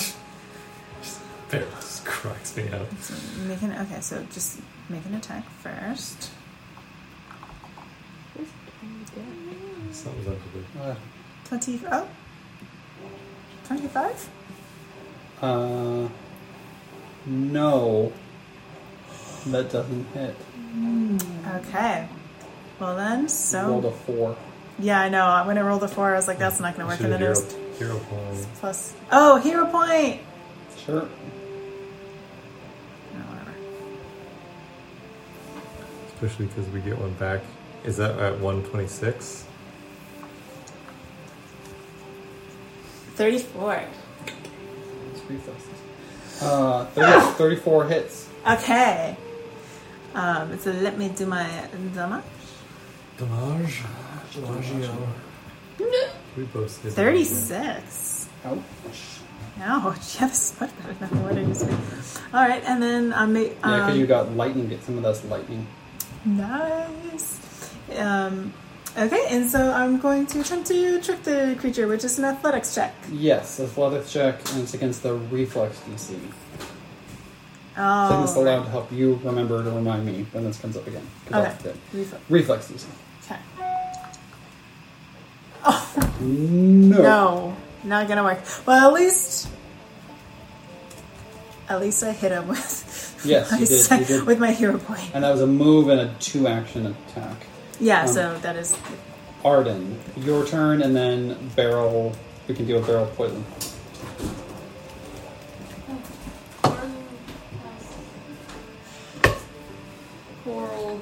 There, this cracks me up.
so make an okay. So just make an attack first.
That was ugly.
Uh,
Twenty. Oh. 25?
uh, no, that doesn't hit.
Okay. Well then,
Rolled a
so
four.
yeah, I know. Uh, When I rolled a four, I was like, "That's not going to work."
Should
And then
hero,
it was
hero point.
plus. Oh, hero point.
Sure.
Oh, whatever.
Especially because we get one back. Is that at 126?
Thirty-four.
Let's refresh this. Uh, 30, 34 hits.
Okay. Um, so let me do my damage.
Damage. Damagio. We both said
36.
Ouch.
Ouch. Yeah, this is much better than what I just made. All right, and then I make.
Yeah, because
Um,
you got lightning. Get some of that's lightning.
Nice. Um, okay, and so I'm going to attempt to trick the creature, which is an athletics check.
Yes, athletics check, and it's against the reflex DC.
Oh.
Thing that's
Oh,
allowed to help you remember to remind me when this comes up again. 'cause
Okay.
that's it.
Reflex.
Reflex DC.
Okay.
No.
Oh, No, not gonna work. Well, at least Elisa hit him with
Yes, you
my
did, you
se-
did.
with my hero point.
And that was a move and a two action attack.
Yeah,
Um,
so that is
Arden, your turn, and then barrel. We can do a barrel poison.
Coral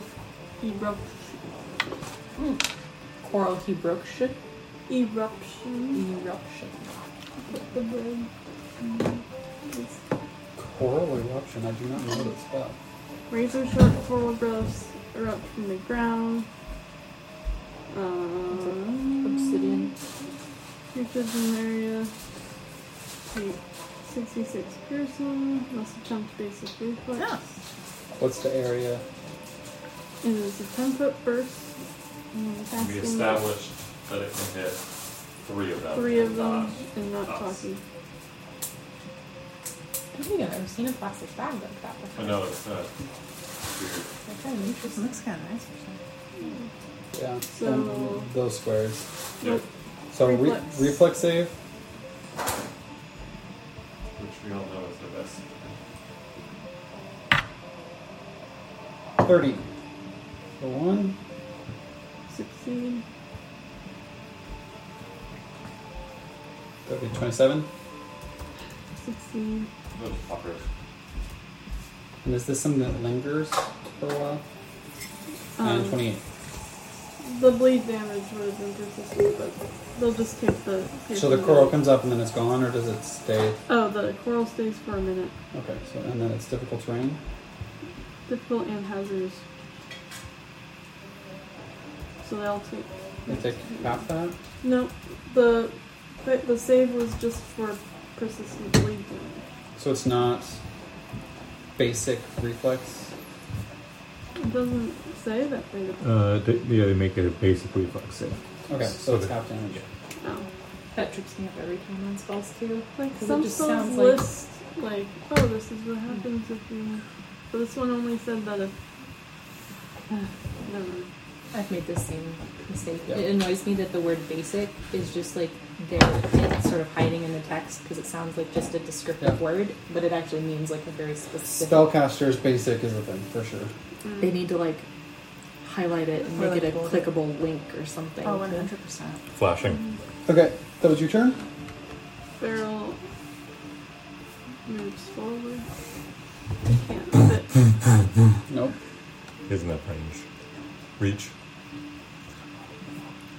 eruption. Coral eruption. Eruption. Eruption.
Coral eruption. I do not know what it's about.
Razor short coral growths erupt from the ground. Um,
Obsidian.
Creatures in the area. Wait, 66 piercing. Must attempt basic reflex.
Yeah.
What's the area?
And it's a 10 foot burst. And the
We
casting
established that it can hit three of them.
three of
and
them
not-
and not
us.
talking.
I don't think I've ever seen a plastic bag like that before.
I know it's uh, weird.
That's kind of interesting.
looks kind of nice. for sure.
Yeah.
So-
um, those squares.
Yep.
So re-
Reflex.
reflex save.
Which we all know is the best.
Thirty. For one.
Succeed.
30, 27.
Succeed.
Those fuckers.
And is this something that lingers for a while? and
Um,
28.
the bleed damage was inconsistent, but they'll just take the.
So the coral comes up and then it's gone, or does it stay?
Oh, the coral stays for a minute.
Okay, so and then it's difficult terrain.
Difficult and hazardous. So they'll take.
They take half that.
No, the but the save was just for persistent bleed damage.
So it's not basic reflex.
It doesn't say that they.
Uh, they, yeah, they make it a basic reflex save.
Okay, so,
So
it's
the-
half damage.
Oh.
That trips me up every time on spells too.
Like
'Cause it
some
just
spells
sounds like-
list like, oh, this is what happens if you. But this one only said that if. Never mind.
I've made the same mistake.
Yeah.
It annoys me that the word basic is just like there, it's sort of hiding in the text because it sounds like just a descriptive
Yeah.
word, but it actually means like a very specific.
Spellcaster's basic is a thing for sure.
Mm.
They need to like highlight it and
Or,
make
like,
it a
bold it.
clickable link or something.
Oh, 100%.
Mm,
Flashing.
Okay, that was your turn.
Barrel moves forward. Can't fit.
Nope.
Isn't that range? Reach.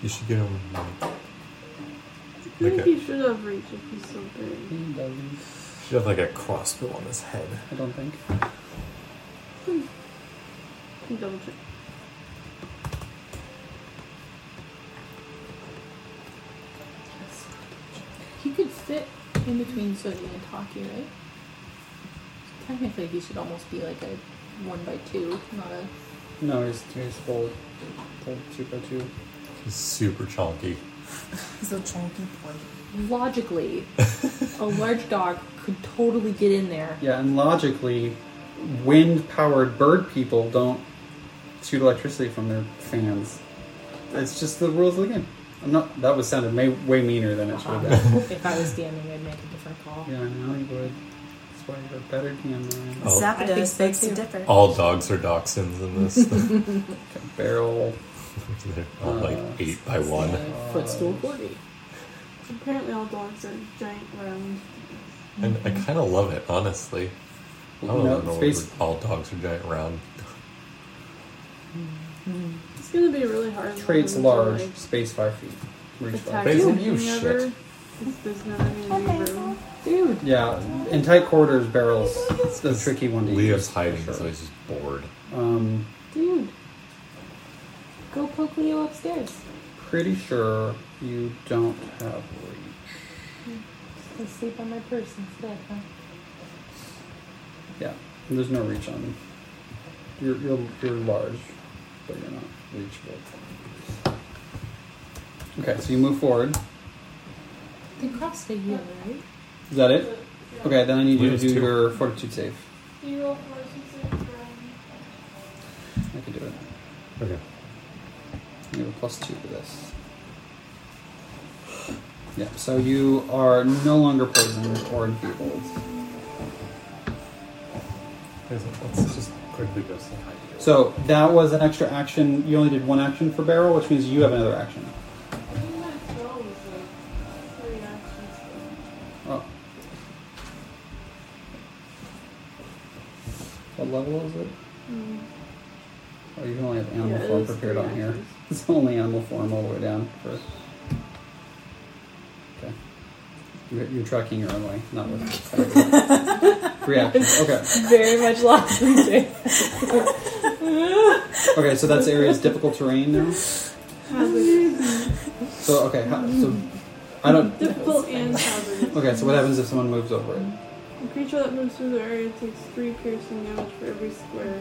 You should get him. like,
I
Like
think
a,
he should have reached if he's so big.
He doesn't.
should have like a crossbow on his head.
I don't think.
He double check.
He could fit in between Sonya and Taki, right? Technically, he should almost be like a one by two, not a.
No, he's he's full, full two by two.
He's super chunky.
He's a chunky boy.
Logically, a large dog could totally get in there.
Yeah, and logically, wind-powered bird people don't shoot electricity from their fans. It's just the rules of the game. I'm not. That was sounded may, way meaner than it should have been.
Uh-huh. if I was DMing, I'd make a different call.
yeah, I know you would. That's why you're a better DM than I am.
Oh.
Zapdos
I think so,
begs
too.
to differ.
All dogs are dachshunds in this.
Okay, barrel.
They're all like eight by one.
Footstool 40.
Apparently, all dogs are giant round.
And I kind of love it, honestly. I don't
No,
know
space-
whether all dogs are giant round.
Mm-hmm.
It's gonna be really hard. for
Traits
them to,
large.
like,
Space five feet. Reach
Attack
five.
Basil,
anything
you shit.
ever. It's- There's not any room.
Dude,
Yeah, in tight quarters, barrels. It's the tricky one to
Leo's
use. for
hiding,
sure.
so he's just bored.
Um,
dude. Go poke Leo upstairs.
pretty sure you don't have reach.
He'll sleep on my purse instead, huh?
Yeah, there's no reach on them. You're you're, you're large, but you're not reachable. Okay, so you move forward.
They crossed a year, right?
Is that it? Okay, then I need you to
Leo's
do
two.
your fortitude save.
You roll for six
I can do it.
Okay.
You have a plus two to this. Yeah, so you are no longer poisoned or enfeebled.
Is it- Let's just quickly go say hi. to you.
So that was an extra action. You only did one action for Barrel, which means you have another action. Oh. What level is it? Oh, you can only have animal
Yeah, it
form
is
prepared
three
on here.
actions.
It's only animal form all the way down first. Okay. You're, you're tracking your own way, not with. Three actions. Okay.
Very much lost in space.
Okay, so that's area's difficult terrain now. So okay, how, so I don't.
Difficult and hazardous.
Okay, so what happens if someone moves over it?
A creature that moves through the area takes three piercing damage for every square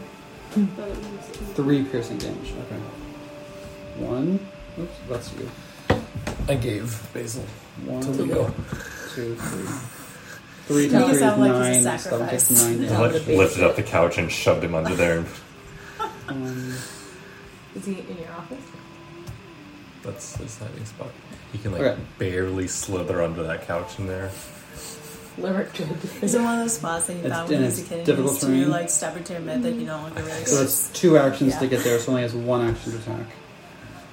that it moves through.
Three piercing damage. Okay. One. Oops, that's you.
I gave Basil
One,
to Leo.
two, three. Three
Don't
times three is
sound like
nine.
it's a
so that one takes
sacrifice.
nine
That
damage.
would've
Lift-
been-
Lifted up the couch and shoved him under there.
Um,
Is he in your office?
That's his hiding spot. He can like
Okay.
barely slither under that couch in there.
Lyric joke.
Is it one of those spots that you
It's-
found when
and
you was a
it's
kid and you
difficult
used
terrain.
to like step into a mid that you no longer really
so it's two actions to get there. So only has one action to attack.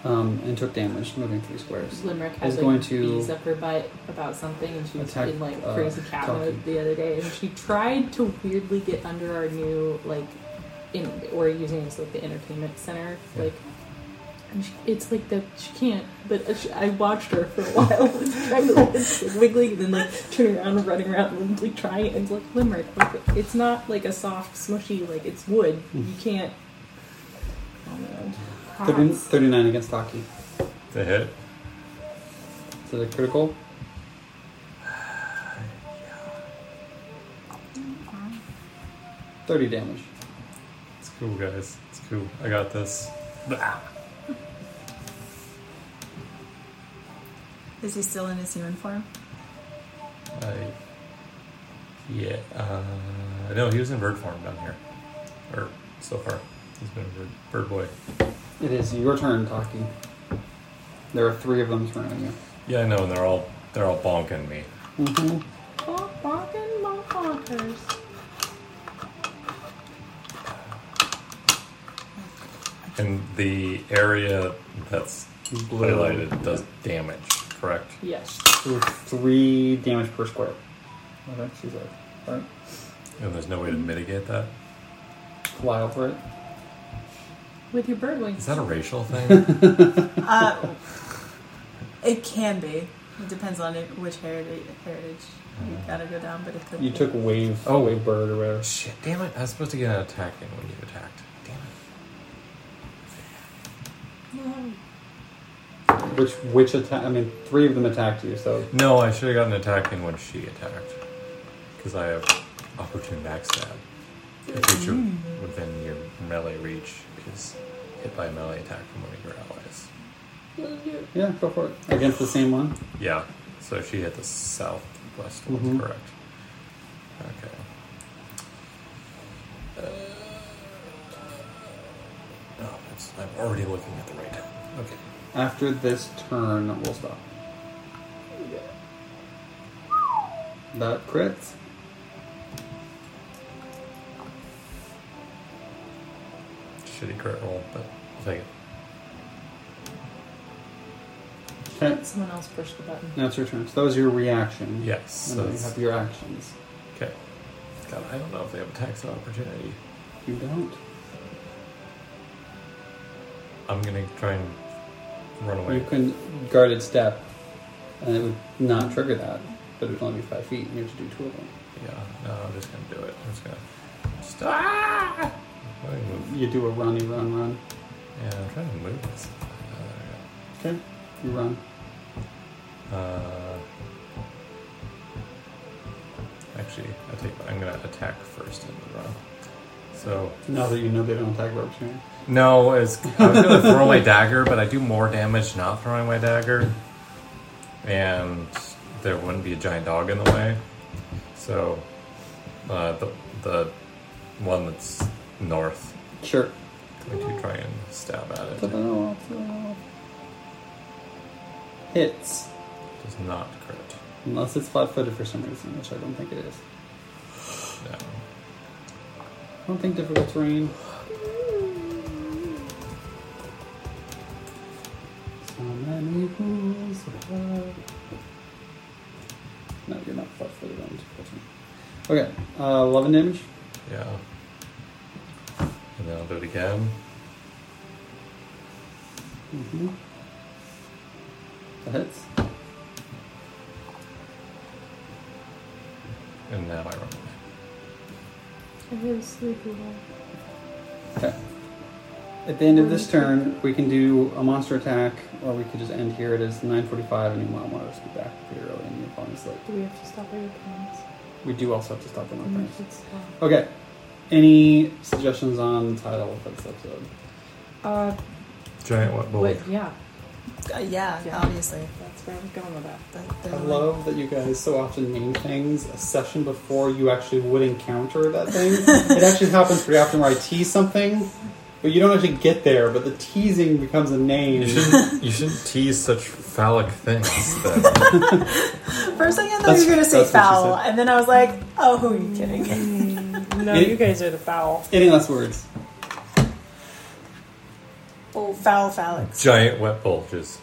Um, and took damage, moving three squares.
Limerick had
Is
like
going to
bees up her butt about something, and she was
attack,
in like
uh,
crazy cat
Taki.
mode the other day, and she tried to weirdly get under our new like, in we're using this like the entertainment center
Yeah.
like. And she, it's like the she can't, but she, I watched her for a while, trying to like, it's like wiggling and then like turning around and running around and like trying it. And it's like limerick, like, it's not like a soft smushy, like it's wood.
Mm-hmm.
You can't. I don't know.
Ah.
30,
Props.
39 against Taki.
The hit.
Is it a critical? Thirty damage.
It's cool, guys. It's cool. I got this. Blah.
Is he still in his human form?
I, yeah. Uh, no, he was in bird form down here. Or so far, he's been a bird, bird boy.
It is your turn, Taki. There are three of them surrounding you.
Yeah, I know, and they're all they're all bonking me.
Mm-hmm.
Bonk, bonkin', bonk, bonkers.
And the area that's highlighted does damage, correct?
Yes.
Three damage per square. Okay, she's like, right.
And there's no way to mitigate that.
Fly over it.
with your bird wings.
Is that a racial thing?
Uh, it can be. It depends on it, which heritage, heritage you gotta go down, but it could
You
be.
took wave. Oh, wave bird or whatever.
Shit! Damn it! I was supposed to get an attack in when you attacked. Damn it!
Which which attack? I mean, three of them attacked you. So
No, I should have gotten an attack in when she attacked, because I have opportune backstab. A creature within your melee reach is hit by a melee attack from one of your allies.
yeah, go for it against the same one.
Yeah, so she hit the southwest one,
Mhm.
correct? Okay. Uh, oh, that's, I'm already looking at the right. Okay.
After this turn, we'll stop. That crits.
Shitty crit roll, but I'll take it.
Okay.
Someone else pushed the button.
Now it's your turn. So that was your reaction.
Yes. So
And then you
it's-
have your actions.
okay. God, I don't know if they have attacks of opportunity.
You don't.
I'm gonna try and run away.
You can guarded step, and it would not trigger that, but it would only be five feet, and you have to do two of them.
Yeah, no, I'm just gonna do it. I'm just gonna. Just, ah! Why do you move?
You do a run, you run, run.
Yeah, I'm trying to move this. Oh, there
Okay. You run.
we go. Uh, actually, I take. I'm gonna attack first in the run. So
Now that you know they don't attack ropes here.
no, it's I was gonna throw my dagger, but I do more damage not throwing my dagger, and there wouldn't be a giant dog in the way. So uh, the the one that's north
Sure.
Going to try and stab at it.
Ta-da, ta-da. Hits.
Does not crit.
Unless it's flat footed for some reason, which I don't think it is.
No.
don't think difficult terrain. So many pools of love. No, you're not far further down difficult terrain. Okay, uh, 11 damage.
Yeah. And then I'll do it again.
Mm-hmm. That hits.
And now I run away.
I hear a sleepy one.
Okay. At the end of this turn, we can do a monster attack, or we could just end here. It is 9:45, and you might want to just get back pretty early in your opponent's late.
Do we have to stop at your parents?
We do also have to stop the
Or we
Mm-hmm.
monster.
should stop.
Okay. Any suggestions on the title of this episode?
Uh,
Giant white bull.
wait, yeah.
Uh, yeah,
Yeah.
obviously.
That's where I was going with that.
But they're
I
like-
love that you guys so often name things a session before you actually would encounter that thing. it actually happens pretty often where I tease something, but you don't actually get there, but the teasing becomes a name.
You shouldn't, you shouldn't tease such phallic things. Though.
First thing I thought
That's-
you were going to say
that's what she
foul,
said.
and then I was like, oh, who are you kidding?
No,
It-
you guys are the foul.
Any less words?
Oh, foul phallics.
Giant wet bulges.